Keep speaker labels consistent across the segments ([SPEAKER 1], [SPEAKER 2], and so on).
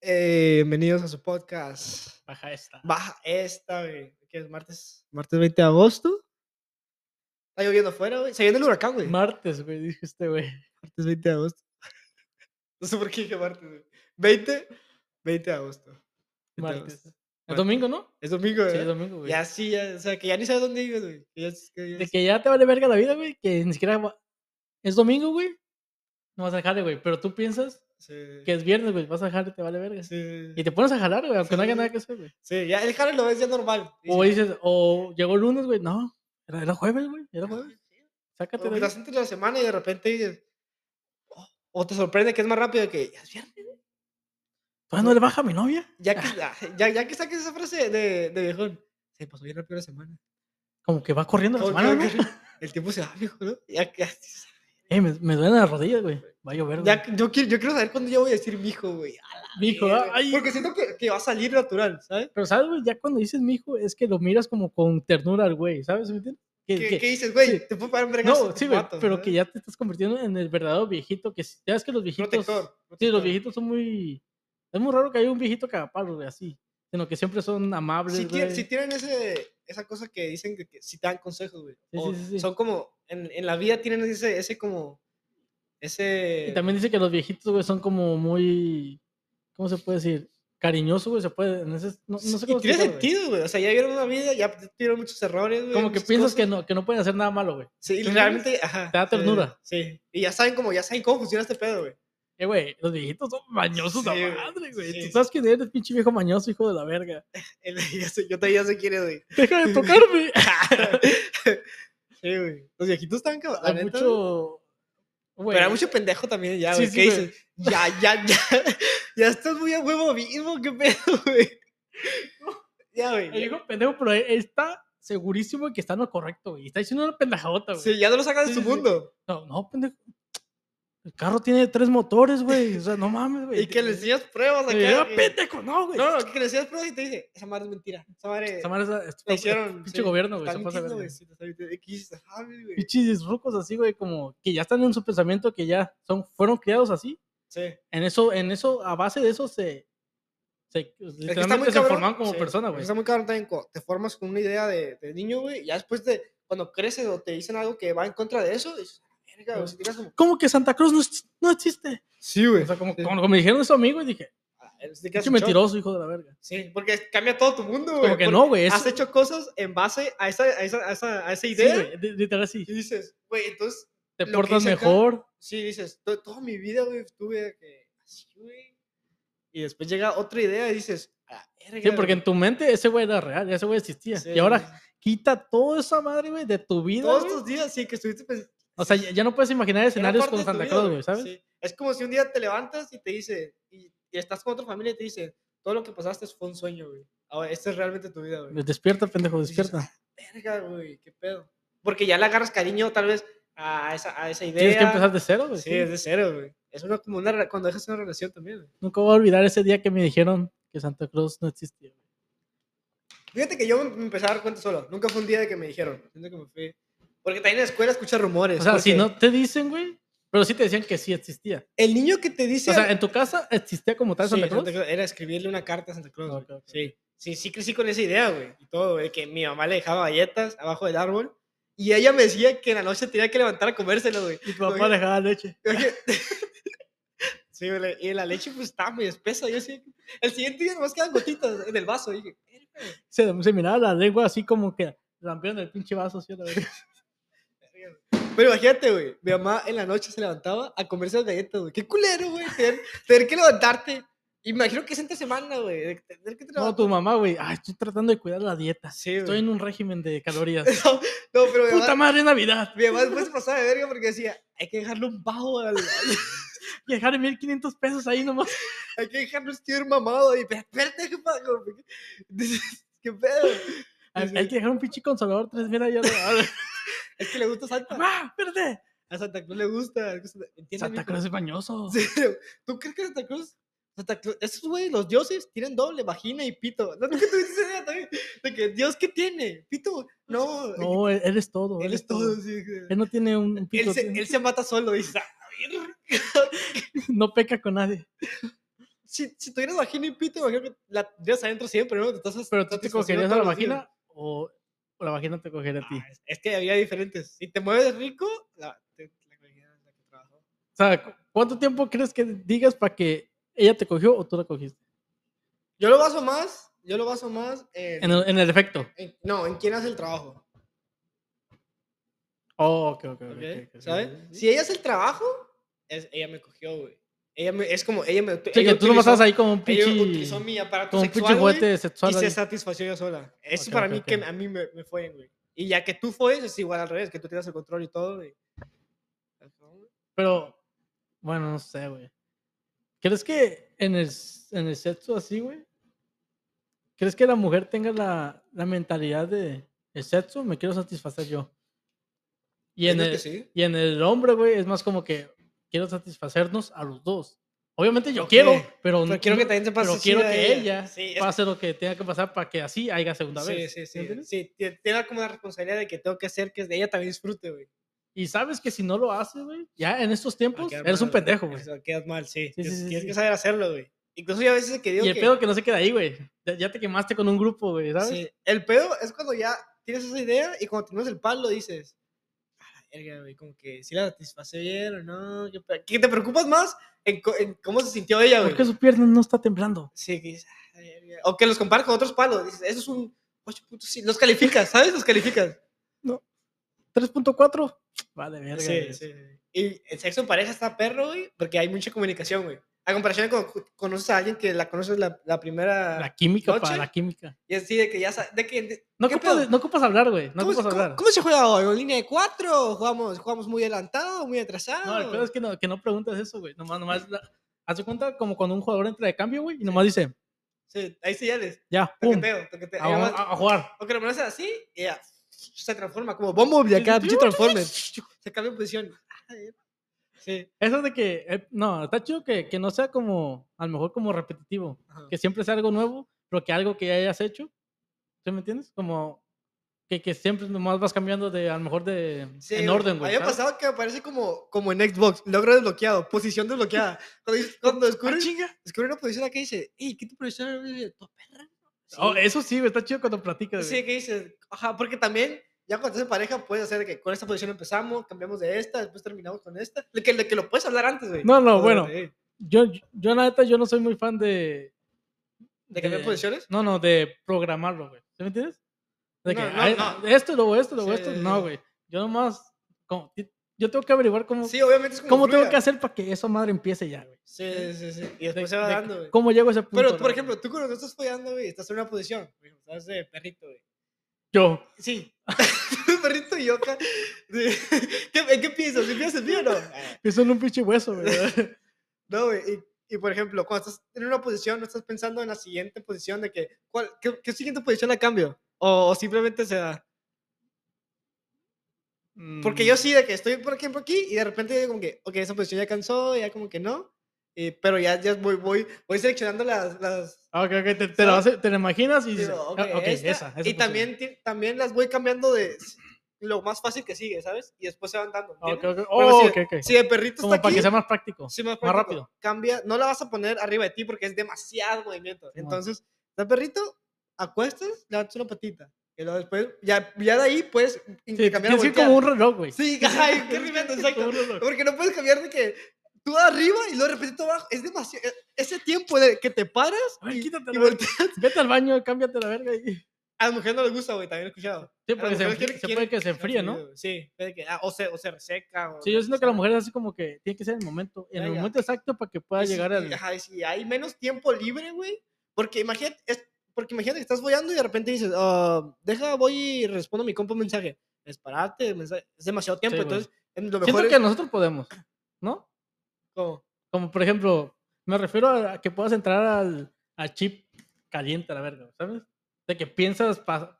[SPEAKER 1] Eh, bienvenidos a su podcast.
[SPEAKER 2] Baja esta.
[SPEAKER 1] Baja esta, güey. ¿Qué es? ¿Martes? ¿Martes 20 de agosto? Está lloviendo afuera, güey. Se viene el huracán, güey.
[SPEAKER 2] Martes, güey, dije este, güey.
[SPEAKER 1] Martes 20 de agosto. No sé por qué dije martes, güey. 20, 20 de agosto. 20 de
[SPEAKER 2] Martes.
[SPEAKER 1] agosto.
[SPEAKER 2] Es domingo, ¿no?
[SPEAKER 1] Es domingo,
[SPEAKER 2] Sí, es
[SPEAKER 1] ¿verdad?
[SPEAKER 2] domingo, güey.
[SPEAKER 1] Eh, ya sí, ya, o sea, que ya ni sabes dónde vives, güey. Que ya es- que ya
[SPEAKER 2] De
[SPEAKER 1] es-
[SPEAKER 2] que ya te vale verga la vida, güey, que ni siquiera va- es domingo, güey. No vas a dejar, güey, pero tú piensas
[SPEAKER 1] sí,
[SPEAKER 2] que es viernes, güey, vas a dejar y te vale verga.
[SPEAKER 1] sí, sí,
[SPEAKER 2] Y te pones a jalar, güey, aunque no haya
[SPEAKER 1] Sí.
[SPEAKER 2] nada que hacer, güey.
[SPEAKER 1] sí, ya el jale lo ves ya normal.
[SPEAKER 2] O
[SPEAKER 1] Dices,
[SPEAKER 2] dices, o llegó el lunes, güey, no, era, era jueves, güey, era
[SPEAKER 1] "Ah,
[SPEAKER 2] jueves.
[SPEAKER 1] sí". O
[SPEAKER 2] Sácate de
[SPEAKER 1] que
[SPEAKER 2] ahí.
[SPEAKER 1] estás entre la semana y de repente dices, "Oh", o te sorprende que es más rápido que ya es viernes.
[SPEAKER 2] ¿Todavía no le baja a mi novia?
[SPEAKER 1] Ya que, ah, ya, ya que saques esa frase de, de viejón, se pasó bien rápido la semana.
[SPEAKER 2] Como que va corriendo la
[SPEAKER 1] Como que-
[SPEAKER 2] semana,
[SPEAKER 1] como
[SPEAKER 2] ¿no?
[SPEAKER 1] que El tiempo se va, viejo, ¿no? Ya, que- ah,
[SPEAKER 2] Eh, me, me duelen las rodillas, güey. Va a llover, güey.
[SPEAKER 1] ya que- yo, quiero, yo quiero saber cuándo ya voy a decir mijo, güey. A la
[SPEAKER 2] Mijo,
[SPEAKER 1] verga.
[SPEAKER 2] ay.
[SPEAKER 1] Porque siento que, que va a salir natural, ¿sabes?
[SPEAKER 2] Pero, ¿sabes, güey? Ya cuando dices mijo, es que lo miras como con ternura al güey, ¿sabes? ¿Me entiendes? Que-
[SPEAKER 1] ¿Qué,
[SPEAKER 2] que-
[SPEAKER 1] qué dices, güey?
[SPEAKER 2] sí.
[SPEAKER 1] Te puedo parar un vergazo.
[SPEAKER 2] No,
[SPEAKER 1] te
[SPEAKER 2] sí, güey,
[SPEAKER 1] mato,
[SPEAKER 2] pero
[SPEAKER 1] ¿sabes?
[SPEAKER 2] que ya te estás convirtiendo en el verdadero viejito, que si- ya es que los viejitos...
[SPEAKER 1] Protector.
[SPEAKER 2] Sí, los
[SPEAKER 1] protector.
[SPEAKER 2] viejitos son muy... Es muy raro que haya un viejito cagapalo, güey, así. Sino que siempre son amables,
[SPEAKER 1] Si,
[SPEAKER 2] güey.
[SPEAKER 1] tienen, si tienen ese, esa cosa que dicen que, que si te dan consejos, güey.
[SPEAKER 2] Sí,
[SPEAKER 1] O
[SPEAKER 2] sí, sí, sí.
[SPEAKER 1] Son como, en, en la vida tienen ese, ese como, ese...
[SPEAKER 2] Y también dice que los viejitos, güey, son como muy... ¿Cómo se puede decir? Cariñosos, güey, se puede... en ese- no, no
[SPEAKER 1] Sí,
[SPEAKER 2] sé
[SPEAKER 1] y
[SPEAKER 2] cómo
[SPEAKER 1] tiene
[SPEAKER 2] explicarlo, güey.
[SPEAKER 1] sentido, güey. O sea, ya vieron una vida, ya tuvieron muchos errores, güey.
[SPEAKER 2] Como que
[SPEAKER 1] muchas
[SPEAKER 2] piensas
[SPEAKER 1] cosas.
[SPEAKER 2] que no, que no pueden hacer nada malo, güey.
[SPEAKER 1] Sí, y
[SPEAKER 2] ¿tú entiendes?
[SPEAKER 1] realmente, ajá.
[SPEAKER 2] Te da
[SPEAKER 1] sí,
[SPEAKER 2] ternura.
[SPEAKER 1] Sí. Y ya saben cómo, ya saben cómo funciona este pedo, güey.
[SPEAKER 2] Eh, güey, los viejitos son mañosos a
[SPEAKER 1] Sí, güey,
[SPEAKER 2] madre, güey.
[SPEAKER 1] sí.
[SPEAKER 2] Tú sabes quién eres, pinche viejo mañoso, hijo de la verga.
[SPEAKER 1] El- ya sé- Yo todavía sé quién es, güey.
[SPEAKER 2] Deja de tocarme.
[SPEAKER 1] Sí, güey. Los viejitos están cabrón. la
[SPEAKER 2] hay
[SPEAKER 1] neta, güey.
[SPEAKER 2] mucho... güey,
[SPEAKER 1] Pero hay mucho pendejo también ya,
[SPEAKER 2] Sí,
[SPEAKER 1] güey.
[SPEAKER 2] sí,
[SPEAKER 1] ¿Qué
[SPEAKER 2] güey.
[SPEAKER 1] dices? Ya, ya, ya. Ya estás muy a huevo vivo, qué pedo, güey. Ya,
[SPEAKER 2] El
[SPEAKER 1] güey. ya.
[SPEAKER 2] viejo eh, pendejo, pero él está segurísimo de que está en lo correcto, güey. Está diciendo una pendejadota, güey.
[SPEAKER 1] Sí, ya no lo sacan de
[SPEAKER 2] Sí,
[SPEAKER 1] su
[SPEAKER 2] sí, sí.
[SPEAKER 1] mundo.
[SPEAKER 2] No, no, pendejo. El carro tiene tres motores, güey. O sea, no mames, güey.
[SPEAKER 1] Y que le enseñas pruebas
[SPEAKER 2] Y yo,
[SPEAKER 1] acá. que-
[SPEAKER 2] pendejo, no, güey.
[SPEAKER 1] No, no, que le enseñas pruebas y te dice, esa madre es mentira. Esa madre...
[SPEAKER 2] Esa madre es-
[SPEAKER 1] La
[SPEAKER 2] es-
[SPEAKER 1] hicieron.
[SPEAKER 2] Pinche gobierno, güey.
[SPEAKER 1] Está
[SPEAKER 2] Se pasa
[SPEAKER 1] mintiendo,
[SPEAKER 2] verga.
[SPEAKER 1] güey. Sí, te está mintiendo. ¿Qué hiciste? Ah, güey.
[SPEAKER 2] Pinches rucos así, güey, como que ya están en su pensamiento, que ya son, fueron criados así.
[SPEAKER 1] Sí. Es
[SPEAKER 2] En eso, en eso, a base de eso se. se
[SPEAKER 1] que
[SPEAKER 2] literalmente se
[SPEAKER 1] cabrón,
[SPEAKER 2] formaron como
[SPEAKER 1] sí,
[SPEAKER 2] personas,
[SPEAKER 1] porque
[SPEAKER 2] güey.
[SPEAKER 1] Está muy cabrón también. cuando Te formas con una idea de, de niño, güey. Ya después de cuando creces o te dicen algo que va en contra de eso, dices, "Ah, verga, güey.
[SPEAKER 2] Sí.
[SPEAKER 1] Si te quedas como.
[SPEAKER 2] ¿Cómo que Santa Cruz no, es- no existe?
[SPEAKER 1] Sí, güey.
[SPEAKER 2] O sea, como,
[SPEAKER 1] Sí.
[SPEAKER 2] como me dijeron eso a mí, güey, dije, pinche
[SPEAKER 1] mentiroso.
[SPEAKER 2] mentiroso, hijo de la verga.
[SPEAKER 1] Sí, porque cambia todo tu mundo, güey.
[SPEAKER 2] Como que
[SPEAKER 1] porque
[SPEAKER 2] no, güey. es-
[SPEAKER 1] Has hecho cosas en base a esa, a esa, a esa, a esa
[SPEAKER 2] Sí,
[SPEAKER 1] idea.
[SPEAKER 2] güey, li- literal sí.
[SPEAKER 1] y dices, güey, entonces,
[SPEAKER 2] Te
[SPEAKER 1] lo que
[SPEAKER 2] portas
[SPEAKER 1] hice acá-
[SPEAKER 2] mejor.
[SPEAKER 1] sí, dices, "To- toda mi vida, güey, tuve que. Así, güey. Y después llega otra idea y dices, a la verga.
[SPEAKER 2] Sí, porque
[SPEAKER 1] güey".
[SPEAKER 2] en tu mente ese güey era real, ese güey existía.
[SPEAKER 1] Sí,
[SPEAKER 2] y ahora
[SPEAKER 1] sí, sí.
[SPEAKER 2] quita toda esa madre, güey, de tu vida.
[SPEAKER 1] todos
[SPEAKER 2] güey.
[SPEAKER 1] estos días sí que estuviste pensando.
[SPEAKER 2] O sea, ya, ya no puedes imaginar escenarios con Santa Claus, güey, ¿sabes?
[SPEAKER 1] Es como si un día te levantas y te dice, y, y estás con otra familia y te dice, todo lo que pasaste fue un sueño, güey. Ahora, esta es realmente tu vida, güey.
[SPEAKER 2] Despierta, pendejo,
[SPEAKER 1] Dices,
[SPEAKER 2] despierta.
[SPEAKER 1] Verga, güey, qué pedo. Porque ya le agarras cariño, tal vez, a esa, a esa idea.
[SPEAKER 2] Tienes que empezar de cero, güey.
[SPEAKER 1] Sí,
[SPEAKER 2] sí.
[SPEAKER 1] es de cero, güey. Es una, como una, re- cuando dejas una relación también, güey.
[SPEAKER 2] Nunca voy a olvidar ese día que me dijeron que Santa Claus no existía. güey.
[SPEAKER 1] Fíjate que yo me empecé a dar cuenta solo. Nunca fue un día de que me dijeron. Siento que me fui. Porque también en la escuela escuchas rumores.
[SPEAKER 2] O sea, si
[SPEAKER 1] porque
[SPEAKER 2] no te dicen, güey, pero sí te decían que sí existía.
[SPEAKER 1] El niño que te dice.
[SPEAKER 2] O sea, en tu casa existía como tal
[SPEAKER 1] Sí,
[SPEAKER 2] Santa Claus.
[SPEAKER 1] Santa Claus, Era escribirle una carta a Santa Claus.
[SPEAKER 2] Ah,
[SPEAKER 1] güey.
[SPEAKER 2] ok, ok,
[SPEAKER 1] Sí. sí, sí crecí con esa idea, güey. Y todo, güey, que mi mamá le dejaba galletas abajo del árbol. Y ella me decía que en la noche tenía que levantar a comérselo, güey.
[SPEAKER 2] Y tu papá
[SPEAKER 1] Oye.
[SPEAKER 2] dejaba leche.
[SPEAKER 1] Sí, güey. Y la leche pues estaba muy espesa. Yo sí. El siguiente día nomás quedan gotitas en el vaso. Y dije, "Verga, güey,
[SPEAKER 2] Se, se miraba la lengua así como que rompieron el pinche vaso, ¿sí? a la verga.
[SPEAKER 1] verga, güey". pero imagínate, güey. Mi mamá en la noche se levantaba a comerse las galletas, güey. Qué culero, güey. Tener, tener que levantarte. Imagino que es entre semana, güey. de Tener que te
[SPEAKER 2] No,
[SPEAKER 1] levantar.
[SPEAKER 2] tu mamá, güey. Ay, estoy tratando de cuidar la dieta.
[SPEAKER 1] Sí,
[SPEAKER 2] Estoy
[SPEAKER 1] güey.
[SPEAKER 2] en un régimen de calorías.
[SPEAKER 1] No, no, pero mi mamá-
[SPEAKER 2] Puta madre, es Navidad.
[SPEAKER 1] Mi mamá después se pasaba de verga porque decía, hay que dejarlo un bajo, al- al-
[SPEAKER 2] Y dejar 1500 pesos ahí nomás.
[SPEAKER 1] hay que dejarlo estar mamado. Y espérate, jefa, como que- dices, ¿qué pedo?
[SPEAKER 2] Hay,
[SPEAKER 1] Sí,
[SPEAKER 2] hay
[SPEAKER 1] sí.
[SPEAKER 2] que dejar un pinche consolador 3000 allá.
[SPEAKER 1] Es que le gusta Santa.
[SPEAKER 2] ¡Mamá, espérate!
[SPEAKER 1] A Santa Cruz le gusta. es que Santa- ¿Entiendes,
[SPEAKER 2] Santa
[SPEAKER 1] mijo?
[SPEAKER 2] Cruz es bañoso.
[SPEAKER 1] Sí, pero, ¿Tú crees que Santa Cruz? Santa Cruz, esos güeyes, los dioses, tienen doble vagina y pito. ¿No que tuviste esa idea también? De que, ¿Dios qué tiene? ¿Pito? No.
[SPEAKER 2] No, él, él es todo.
[SPEAKER 1] él es todo. sí, sí.
[SPEAKER 2] Él no tiene un un
[SPEAKER 1] Él
[SPEAKER 2] pito.
[SPEAKER 1] se,
[SPEAKER 2] tiene-
[SPEAKER 1] él se mata solo, dices, "Ah, la verga".
[SPEAKER 2] No peca con nadie.
[SPEAKER 1] si, si tuvieras vagina y pito, imagino que la tendrías adentro siempre, ¿no? Entonces,
[SPEAKER 2] Pero tú te cogerías a la vagina o, o la vagina te cogería a ti.
[SPEAKER 1] Ah, es, es que había diferentes. Si te mueves rico, la, te- la cogerías la que trabajó.
[SPEAKER 2] O sea, ¿cu- ¿cuánto tiempo crees que digas para que ella te cogió o tú la cogiste?
[SPEAKER 1] Yo lo baso más, yo lo baso más en,
[SPEAKER 2] En el, en el efecto.
[SPEAKER 1] en- no, en quién hace el trabajo,
[SPEAKER 2] Oh, ok, ok, ok.
[SPEAKER 1] ¿ok?
[SPEAKER 2] okay, ok,
[SPEAKER 1] ¿Sabes?
[SPEAKER 2] sí, sí.
[SPEAKER 1] Si ella hace el trabajo, es, ella me cogió, güey. Ella me- es como, ella me...
[SPEAKER 2] Sí, que tú nomás estás ahí como un
[SPEAKER 1] Ella
[SPEAKER 2] pinche.
[SPEAKER 1] utilizó mi aparato
[SPEAKER 2] Como un
[SPEAKER 1] sexual,
[SPEAKER 2] pinche
[SPEAKER 1] güey,
[SPEAKER 2] juguete sexual.
[SPEAKER 1] y se
[SPEAKER 2] ahí.
[SPEAKER 1] satisfació ella sola. Eso
[SPEAKER 2] Ok,
[SPEAKER 1] para
[SPEAKER 2] ok,
[SPEAKER 1] mí
[SPEAKER 2] ok.
[SPEAKER 1] que a mí me, me fue, güey. Y ya que tú fue, es igual al revés, que tú tienes el control y todo, güey.
[SPEAKER 2] Pero, bueno, no sé, güey. ¿Crees que en el, s- en el sexo así, güey? ¿Crees que la mujer tenga la, la mentalidad de el sexo? Me quiero satisfacer yo. Y en,
[SPEAKER 1] ¿Piensas
[SPEAKER 2] el,
[SPEAKER 1] que sí?
[SPEAKER 2] y en el hombre, güey, es más como que quiero satisfacernos a los dos. Obviamente yo
[SPEAKER 1] Ok,
[SPEAKER 2] quiero, pero,
[SPEAKER 1] Pero
[SPEAKER 2] no-
[SPEAKER 1] quiero que
[SPEAKER 2] no-
[SPEAKER 1] también se pase
[SPEAKER 2] pero
[SPEAKER 1] así
[SPEAKER 2] quiero
[SPEAKER 1] a
[SPEAKER 2] que ella
[SPEAKER 1] Sí, es-
[SPEAKER 2] pase lo que tenga que pasar para que así haya segunda
[SPEAKER 1] sí,
[SPEAKER 2] vez.
[SPEAKER 1] sí,
[SPEAKER 2] ¿me
[SPEAKER 1] sí.
[SPEAKER 2] entiendes?
[SPEAKER 1] sí ti- tiene como la responsabilidad de que tengo que hacer que ella también disfrute, güey.
[SPEAKER 2] Y sabes que si no lo haces, güey, ya en estos tiempos
[SPEAKER 1] quedar
[SPEAKER 2] pues, eres un
[SPEAKER 1] mal,
[SPEAKER 2] pendejo, güey.
[SPEAKER 1] Eso, Quedas mal, sí.
[SPEAKER 2] Sí, sí,
[SPEAKER 1] Tienes
[SPEAKER 2] sí,
[SPEAKER 1] tienes
[SPEAKER 2] sí.
[SPEAKER 1] que saber hacerlo, güey. Incluso yo a veces que digo
[SPEAKER 2] Y el
[SPEAKER 1] que...
[SPEAKER 2] pedo que no se queda ahí, güey. Ya, ya te quemaste con un grupo, güey, ¿sabes?
[SPEAKER 1] sí, el pedo es cuando ya tienes esa idea y cuando tienes el palo dices... "Ah, verga, güey, como que si la satisface bien o no. ¿Qué, pe-". que te preocupas más en, co- en cómo se sintió ella, güey.
[SPEAKER 2] ¿Por qué su pierna no está temblando?
[SPEAKER 1] Sí, que dices, "Ah, verga". O que los comparas con otros palos. Dices, eso es un 8.5. Los calificas, ¿sabes? Los calificas.
[SPEAKER 2] 3.4. Vale, verga.
[SPEAKER 1] Sí,
[SPEAKER 2] güey.
[SPEAKER 1] sí. Y el sexo en pareja está perro, güey, porque hay mucha comunicación, güey. A comparación de cuando cu- conoces a alguien que la conoces la, la primera.
[SPEAKER 2] La química
[SPEAKER 1] ¿Noche?
[SPEAKER 2] para la química.
[SPEAKER 1] Y así de que ya sabes. De que, de-
[SPEAKER 2] No
[SPEAKER 1] ¿qué
[SPEAKER 2] ocupas,
[SPEAKER 1] pedo?
[SPEAKER 2] no ocupas hablar, güey. No
[SPEAKER 1] ¿Cómo, se-
[SPEAKER 2] ocupas
[SPEAKER 1] cómo-
[SPEAKER 2] hablar.
[SPEAKER 1] cómo se juega hoy? ¿En línea de cuatro? ¿Jugamos, jugamos muy adelantado, muy atrasado?
[SPEAKER 2] No, el pedo es que no, que no preguntas eso, güey. Nomás, nomás. la- Haz de cuenta como cuando un jugador entra de cambio, güey, y nomás dice,
[SPEAKER 1] Sí, ahí señales.
[SPEAKER 2] ya, pum, Ah,
[SPEAKER 1] Toqueteo, toqueteo.
[SPEAKER 2] a, a- a jugar.
[SPEAKER 1] o que lo haces así y ya se transforma como bombo de acá, pinche transformer. Se cambia de posición. Sí.
[SPEAKER 2] Eso de que, eh, no, está chido que, que no sea como, a lo mejor como repetitivo.
[SPEAKER 1] ajá.
[SPEAKER 2] que siempre sea algo nuevo, pero que algo que ya hayas hecho. ¿Sí me entiendes? Como que, que siempre nomás vas cambiando de, a lo mejor de,
[SPEAKER 1] Sí,
[SPEAKER 2] en
[SPEAKER 1] güey.
[SPEAKER 2] orden, güey.
[SPEAKER 1] A mí me
[SPEAKER 2] ¿sabes?
[SPEAKER 1] pasaba que me parece como, como en Xbox, logro desbloqueado, posición desbloqueada. Cuando, dices-
[SPEAKER 2] Ah,
[SPEAKER 1] cuando descubres, descubres una posición acá y dices, ¡Ey, qué tu posición es tu perra! Sí,
[SPEAKER 2] Oh, eso sí, güey, está chido cuando platicas. güey.
[SPEAKER 1] sí, que dices, ajá, porque también ya cuando estás en pareja puedes hacer que con esta posición empezamos, cambiamos de esta, después terminamos con esta. De que, de que lo puedes hablar antes, güey.
[SPEAKER 2] No, no,
[SPEAKER 1] Cuando-
[SPEAKER 2] bueno.
[SPEAKER 1] eh,
[SPEAKER 2] Yo, yo, la neta, yo no soy muy fan de.
[SPEAKER 1] ¿De cambiar
[SPEAKER 2] Eh,
[SPEAKER 1] posiciones?
[SPEAKER 2] No, no, de programarlo, güey. ¿Sí me entiendes? De que,
[SPEAKER 1] No, no,
[SPEAKER 2] "Ay,
[SPEAKER 1] no.
[SPEAKER 2] esto, luego esto, luego
[SPEAKER 1] Sí,
[SPEAKER 2] esto.
[SPEAKER 1] sí,
[SPEAKER 2] No,
[SPEAKER 1] sí.
[SPEAKER 2] güey. Yo nomás. como- yo tengo que averiguar cómo,
[SPEAKER 1] Sí, obviamente es como.
[SPEAKER 2] cómo tengo
[SPEAKER 1] fluida.
[SPEAKER 2] que hacer para que esa madre empiece ya, güey.
[SPEAKER 1] Sí, sí, sí. Y
[SPEAKER 2] De-
[SPEAKER 1] después se va
[SPEAKER 2] de
[SPEAKER 1] dando, güey.
[SPEAKER 2] ¿Cómo llego a ese punto?
[SPEAKER 1] Pero,
[SPEAKER 2] la
[SPEAKER 1] por
[SPEAKER 2] verdad?
[SPEAKER 1] ejemplo, tú cuando estás follando, güey, estás en una posición. por ejemplo, Estás de perrito, güey.
[SPEAKER 2] Yo.
[SPEAKER 1] Sí. perrito y yo acá. Sí. ¿Qué- ¿En qué piensas? ¿Si piensas en mí o no? Ah,
[SPEAKER 2] Pienso en un pinche hueso, güey.
[SPEAKER 1] No, güey. Y, y, por ejemplo, cuando estás en una posición, no estás pensando en la siguiente posición de que, ¿cuál, qué, qué siguiente posición la cambio? O, o simplemente se da. Porque yo
[SPEAKER 2] Mm.
[SPEAKER 1] sí, de que estoy, por ejemplo, aquí y de repente digo como que, ok, esa posición ya cansó, ya como que no. y- pero ya, ya voy, voy, voy seleccionando las, las,
[SPEAKER 2] Ah, Ok, ok, te, te la, vas- te la imaginas y dices,
[SPEAKER 1] Digo,
[SPEAKER 2] "Ah,
[SPEAKER 1] "Ok,
[SPEAKER 2] ok,
[SPEAKER 1] esta",
[SPEAKER 2] esa, esa
[SPEAKER 1] y
[SPEAKER 2] funciona".
[SPEAKER 1] también, ti- también las voy cambiando de s- lo más fácil que sigue, ¿sabes? Y después se van dando.
[SPEAKER 2] Ah, Ok,
[SPEAKER 1] ¿entiendes? Pero
[SPEAKER 2] ok, oh,
[SPEAKER 1] si-
[SPEAKER 2] ok, ok.
[SPEAKER 1] Si el perrito
[SPEAKER 2] Como
[SPEAKER 1] está
[SPEAKER 2] para
[SPEAKER 1] aquí,
[SPEAKER 2] que sea más práctico.
[SPEAKER 1] sí, más,
[SPEAKER 2] más
[SPEAKER 1] práctico,
[SPEAKER 2] rápido.
[SPEAKER 1] Cambia, no la vas a poner arriba de ti porque es demasiado movimiento.
[SPEAKER 2] Simón.
[SPEAKER 1] Entonces, el perrito, acuestas, le das una patita. Y luego después, ya, ya de ahí puedes
[SPEAKER 2] Sí,
[SPEAKER 1] intercambiar
[SPEAKER 2] tienes que ir como un reloj, güey.
[SPEAKER 1] Sí, ay, qué rimando,
[SPEAKER 2] Tienes que ir como
[SPEAKER 1] exacto.
[SPEAKER 2] un reloj.
[SPEAKER 1] Porque no puedes cambiar de que tú arriba y luego de repente tú abajo. Es demasiado. Ese tiempo de que te paras
[SPEAKER 2] A ver,
[SPEAKER 1] y-
[SPEAKER 2] quítate
[SPEAKER 1] y
[SPEAKER 2] la verga.
[SPEAKER 1] volteas.
[SPEAKER 2] Vete al baño, cámbiate la verga. Y... Sí,
[SPEAKER 1] A las mujeres no les gusta, güey, también he escuchado. A
[SPEAKER 2] porque
[SPEAKER 1] las
[SPEAKER 2] se,
[SPEAKER 1] mujeres
[SPEAKER 2] enfría-
[SPEAKER 1] quieren-
[SPEAKER 2] se
[SPEAKER 1] quieren
[SPEAKER 2] puede que se
[SPEAKER 1] sea
[SPEAKER 2] enfríe, ¿no?
[SPEAKER 1] fluido, Sí, puede que- ah, o, se, o se reseca. o
[SPEAKER 2] Sí, yo
[SPEAKER 1] lo
[SPEAKER 2] siento que la
[SPEAKER 1] sea.
[SPEAKER 2] mujer es así como que tiene que ser el momento, en el
[SPEAKER 1] Venga.
[SPEAKER 2] momento exacto para que pueda
[SPEAKER 1] Y si-
[SPEAKER 2] llegar
[SPEAKER 1] y-
[SPEAKER 2] al...
[SPEAKER 1] ajá, y si hay menos tiempo libre, güey. Porque imagínate, es- porque imagínate que estás follando y de repente dices, "Ah, deja, voy y respondo a mi compa un mensaje. Es pararte, el mensaje. es demasiado tiempo.
[SPEAKER 2] Sí, güey.
[SPEAKER 1] entonces, en lo mejor
[SPEAKER 2] Siento
[SPEAKER 1] es
[SPEAKER 2] que nosotros podemos, ¿no?
[SPEAKER 1] como,
[SPEAKER 2] Como por ejemplo, me refiero a a que puedas entrar al, al chip caliente a la verga, ¿sabes? De que piensas para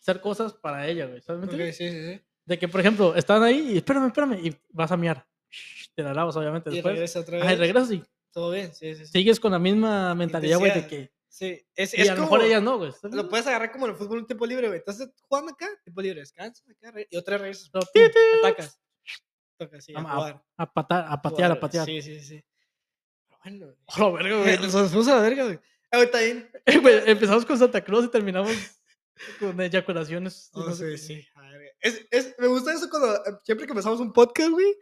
[SPEAKER 2] hacer cosas para ella, güey. ¿Sabes? ¿Me
[SPEAKER 1] ok,
[SPEAKER 2] entiendes?
[SPEAKER 1] sí, sí, sí.
[SPEAKER 2] De que, por ejemplo, están ahí y espérame, espérame, y vas a miar. Shh, Te la lavas, obviamente,
[SPEAKER 1] Y
[SPEAKER 2] después.
[SPEAKER 1] regresa otra vez.
[SPEAKER 2] Ay, regresas y
[SPEAKER 1] Todo bien, sí, sí. Sí,
[SPEAKER 2] sigues con la misma mentalidad, güey, de
[SPEAKER 1] Intensidad.
[SPEAKER 2] que.
[SPEAKER 1] sí. Es,
[SPEAKER 2] Y
[SPEAKER 1] es
[SPEAKER 2] a lo
[SPEAKER 1] como,
[SPEAKER 2] mejor ellas no, güey. ¿sabes?
[SPEAKER 1] Lo puedes agarrar como en el fútbol un tiempo libre, güey. Entonces, jugando acá, tiempo libre, descansas acá, re- y otra vez regresas.
[SPEAKER 2] Pero, tit, tit,
[SPEAKER 1] atacas. Toca así, a
[SPEAKER 2] Am-
[SPEAKER 1] jugar.
[SPEAKER 2] A, patar, a patear,
[SPEAKER 1] jugar,
[SPEAKER 2] a patear.
[SPEAKER 1] Sí, sí, sí. bueno. güey.
[SPEAKER 2] A la verga, güey.
[SPEAKER 1] Nos nos fuimos a la verga, güey. Ah, güey, está bien.
[SPEAKER 2] Eh, güey, Empezamos con Santa Claus y terminamos con eyaculaciones. y
[SPEAKER 1] No
[SPEAKER 2] no sé
[SPEAKER 1] sé,
[SPEAKER 2] qué.
[SPEAKER 1] Oh, sí. a la verga. Es, es, me gusta eso cuando eh, siempre que empezamos un podcast, güey,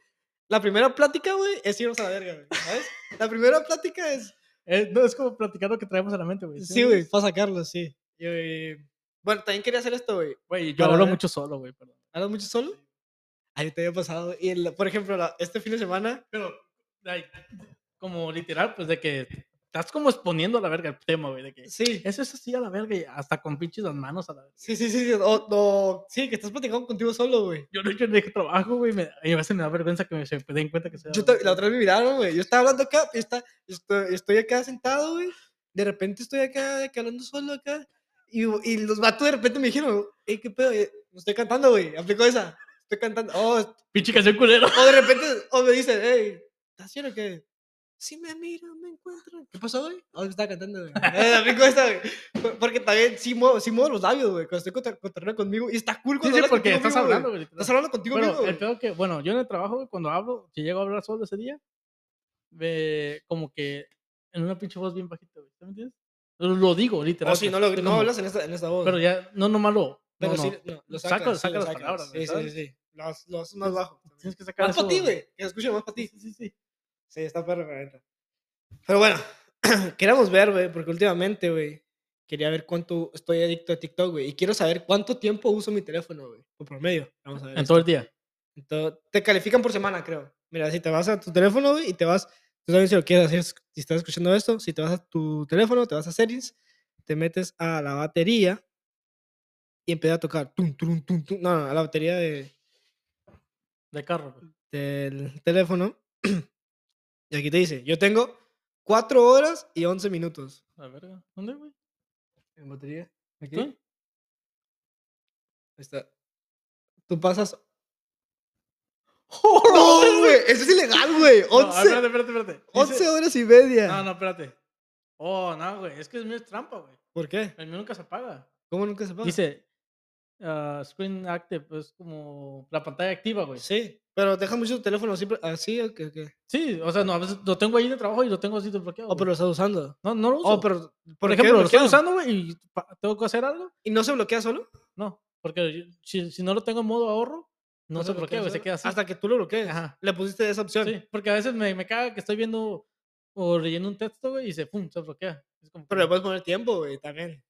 [SPEAKER 1] la primera plática, güey, es irnos a la verga, güey. ¿Sabes? La primera plática es.
[SPEAKER 2] Eh, no, es como platicar lo que traemos a la mente, güey.
[SPEAKER 1] Pues Sí, güey, para sacarlo, sí. Y, eh, bueno, también quería hacer esto, güey.
[SPEAKER 2] Güey, yo
[SPEAKER 1] Para
[SPEAKER 2] hablo
[SPEAKER 1] ver.
[SPEAKER 2] mucho solo, güey, perdón.
[SPEAKER 1] ¿Hablas mucho solo? Ahí te había pasado. Y, el- por ejemplo, la- este fin de semana.
[SPEAKER 2] Pero, like, como literal, pues de que estás como exponiendo a la verga el tema, güey. De que
[SPEAKER 1] Sí.
[SPEAKER 2] eso es así a la verga y hasta con pinches las manos a la verga.
[SPEAKER 1] Sí, sí, sí. sí, O, o- sí, que estás platicando contigo solo, güey.
[SPEAKER 2] Yo no yo no dije trabajo, güey. me- y a veces me da vergüenza que me se me den cuenta que soy
[SPEAKER 1] Yo ta- la otra vez me miraron, güey. Yo estaba hablando acá, y está, estoy, estoy acá sentado, güey. De repente estoy acá, de que hablando solo acá. Y, y los vatos de repente me dijeron, hey, qué pedo, eh, no estoy cantando, güey. Aplicó esa. Estoy cantando. Oh, est-
[SPEAKER 2] Pinche canción culero.
[SPEAKER 1] o de repente, o me dicen, hey, ¿estás haciendo qué? Si me miro, me encuentro. ¿Qué pasó, güey? Oh, que estaba cantando, güey. Eh, aplicó esa, güey. Por- Porque también sí muevo, sí muevo los labios, güey. Cuando estoy contra- cotorreando conmigo. Y está cool
[SPEAKER 2] Sí,
[SPEAKER 1] cuando
[SPEAKER 2] sí,
[SPEAKER 1] hablas
[SPEAKER 2] porque
[SPEAKER 1] contigo
[SPEAKER 2] estás
[SPEAKER 1] mismo, güey.
[SPEAKER 2] hablando, güey. literal.
[SPEAKER 1] Estás hablando contigo
[SPEAKER 2] Pero
[SPEAKER 1] mismo,
[SPEAKER 2] el
[SPEAKER 1] güey.
[SPEAKER 2] peor que, bueno, yo en el trabajo, güey, cuando hablo, si llego a hablar solo ese día, ve como que en una pinche voz bien bajita, güey. ¿sí me entiendes? Lo, lo digo, literal.
[SPEAKER 1] O si
[SPEAKER 2] pues,
[SPEAKER 1] Oh, no, lo,
[SPEAKER 2] estoy
[SPEAKER 1] no
[SPEAKER 2] como-
[SPEAKER 1] hablas en esta, en esta voz.
[SPEAKER 2] Pero ya, no, no malo.
[SPEAKER 1] Pero
[SPEAKER 2] no,
[SPEAKER 1] sí,
[SPEAKER 2] no.
[SPEAKER 1] no, lo
[SPEAKER 2] Saca-
[SPEAKER 1] sacas, sí,
[SPEAKER 2] saca
[SPEAKER 1] lo
[SPEAKER 2] las
[SPEAKER 1] sacas.
[SPEAKER 2] palabras,
[SPEAKER 1] Sí,
[SPEAKER 2] güey,
[SPEAKER 1] sí,
[SPEAKER 2] ¿sabes?
[SPEAKER 1] sí. Lo haces- lo haces más bajo.
[SPEAKER 2] Tienes que sacar
[SPEAKER 1] Más para ti,
[SPEAKER 2] eso-
[SPEAKER 1] güey. Que se escuche más para ti.
[SPEAKER 2] Sí, sí, sí.
[SPEAKER 1] Sí, está perro, la neta. Pero bueno, queríamos ver, güey, porque últimamente, güey, quería ver cuánto estoy adicto a TikTok, güey. Y quiero saber cuánto tiempo uso mi teléfono, güey. Por promedio. Vamos a ver.
[SPEAKER 2] En todo el día.
[SPEAKER 1] Entonces, te califican por semana, creo. Mira, si te vas a tu teléfono, güey, y te vas, tú también si lo quieres hacer, si estás escuchando esto, si te vas a tu teléfono, te vas a settings, te metes a la batería y empieza a tocar. tum, turum, tum, tum. No, no, a la batería de-
[SPEAKER 2] De carro, güey.
[SPEAKER 1] del teléfono. y aquí te dice, yo tengo 4 horas y 11 minutos.
[SPEAKER 2] La verga. ¿Dónde, güey?
[SPEAKER 1] ¿En batería? Aquí.
[SPEAKER 2] ¿Tú?
[SPEAKER 1] está. Tú pasas...
[SPEAKER 2] ¡Oh,
[SPEAKER 1] ¡No, güey! Eso es ilegal, güey. 11,
[SPEAKER 2] espérate, espérate, espérate. Dice-
[SPEAKER 1] 11 horas y media.
[SPEAKER 2] No, no, espérate. Oh, no, güey. Es que el mío es trampa, güey.
[SPEAKER 1] ¿Por qué?
[SPEAKER 2] El mío nunca se apaga.
[SPEAKER 1] ¿Cómo nunca se paga?
[SPEAKER 2] Dice ah, screen active, es como la pantalla activa, güey.
[SPEAKER 1] Sí, pero deja mucho tu teléfono siempre así o qué. qué?
[SPEAKER 2] Sí, o sea, no, a veces lo tengo ahí de trabajo y lo tengo así desbloqueado.
[SPEAKER 1] Oh, pero
[SPEAKER 2] güey.
[SPEAKER 1] lo estás usando.
[SPEAKER 2] no, no lo uso.
[SPEAKER 1] Oh, pero
[SPEAKER 2] por
[SPEAKER 1] qué
[SPEAKER 2] ejemplo, lo estoy
[SPEAKER 1] bloqueado?
[SPEAKER 2] usando, güey, y pa- tengo que hacer algo.
[SPEAKER 1] ¿Y no se bloquea solo?
[SPEAKER 2] No, porque yo- si, si no lo tengo en modo ahorro, no, se bloquea, güey, se
[SPEAKER 1] solo?
[SPEAKER 2] queda así.
[SPEAKER 1] Hasta que tú lo bloquees.
[SPEAKER 2] Ajá.
[SPEAKER 1] Le pusiste esa opción.
[SPEAKER 2] Sí, porque a veces me, me caga que estoy viendo o leyendo un texto, güey, y se, pum, se bloquea. Es como
[SPEAKER 1] Pero le
[SPEAKER 2] que-
[SPEAKER 1] puedes poner tiempo, güey, también.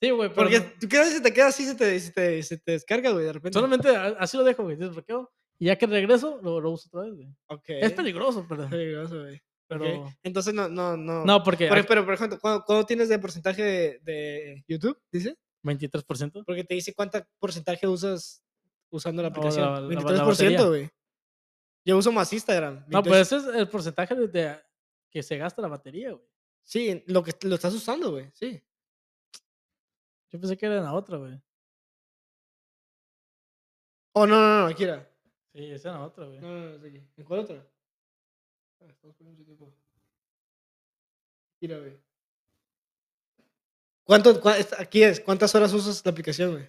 [SPEAKER 2] sí, güey, pero
[SPEAKER 1] Porque
[SPEAKER 2] no-
[SPEAKER 1] tú crees que si te queda así se te, se te, se te descarga, güey, de repente.
[SPEAKER 2] solamente a- así lo dejo, güey, desbloqueo. Y ya que regreso, lo, lo uso otra vez, güey.
[SPEAKER 1] Ok.
[SPEAKER 2] Es peligroso, pero...
[SPEAKER 1] peligroso, güey.
[SPEAKER 2] pero
[SPEAKER 1] Ok, Entonces no, no, no.
[SPEAKER 2] No, porque
[SPEAKER 1] Por-
[SPEAKER 2] hay
[SPEAKER 1] pero, por ejemplo, ¿cuándo, cuándo tienes de porcentaje de, de YouTube? ¿Dice?
[SPEAKER 2] 23%.
[SPEAKER 1] Porque te dice cuánto porcentaje usas usando la
[SPEAKER 2] O la-
[SPEAKER 1] aplicación.
[SPEAKER 2] la- la
[SPEAKER 1] 23%,
[SPEAKER 2] batería.
[SPEAKER 1] güey. Yo uso más Instagram.
[SPEAKER 2] No,
[SPEAKER 1] 28.
[SPEAKER 2] pues ese es el porcentaje de, de- que se gasta la batería, güey.
[SPEAKER 1] Sí, lo que lo estás usando, güey. Sí.
[SPEAKER 2] Yo pensé que era en la otra, güey.
[SPEAKER 1] Oh, no, no, no, aquí era.
[SPEAKER 2] Sí, esa era la otra, güey.
[SPEAKER 1] No, no, no, es aquí. ¿En cuál otra? Ah, estamos poniendo mucho tiempo. Mira, güey. ¿Cuánto, cua- esta- aquí es, ¿cuántas horas usas la aplicación, güey?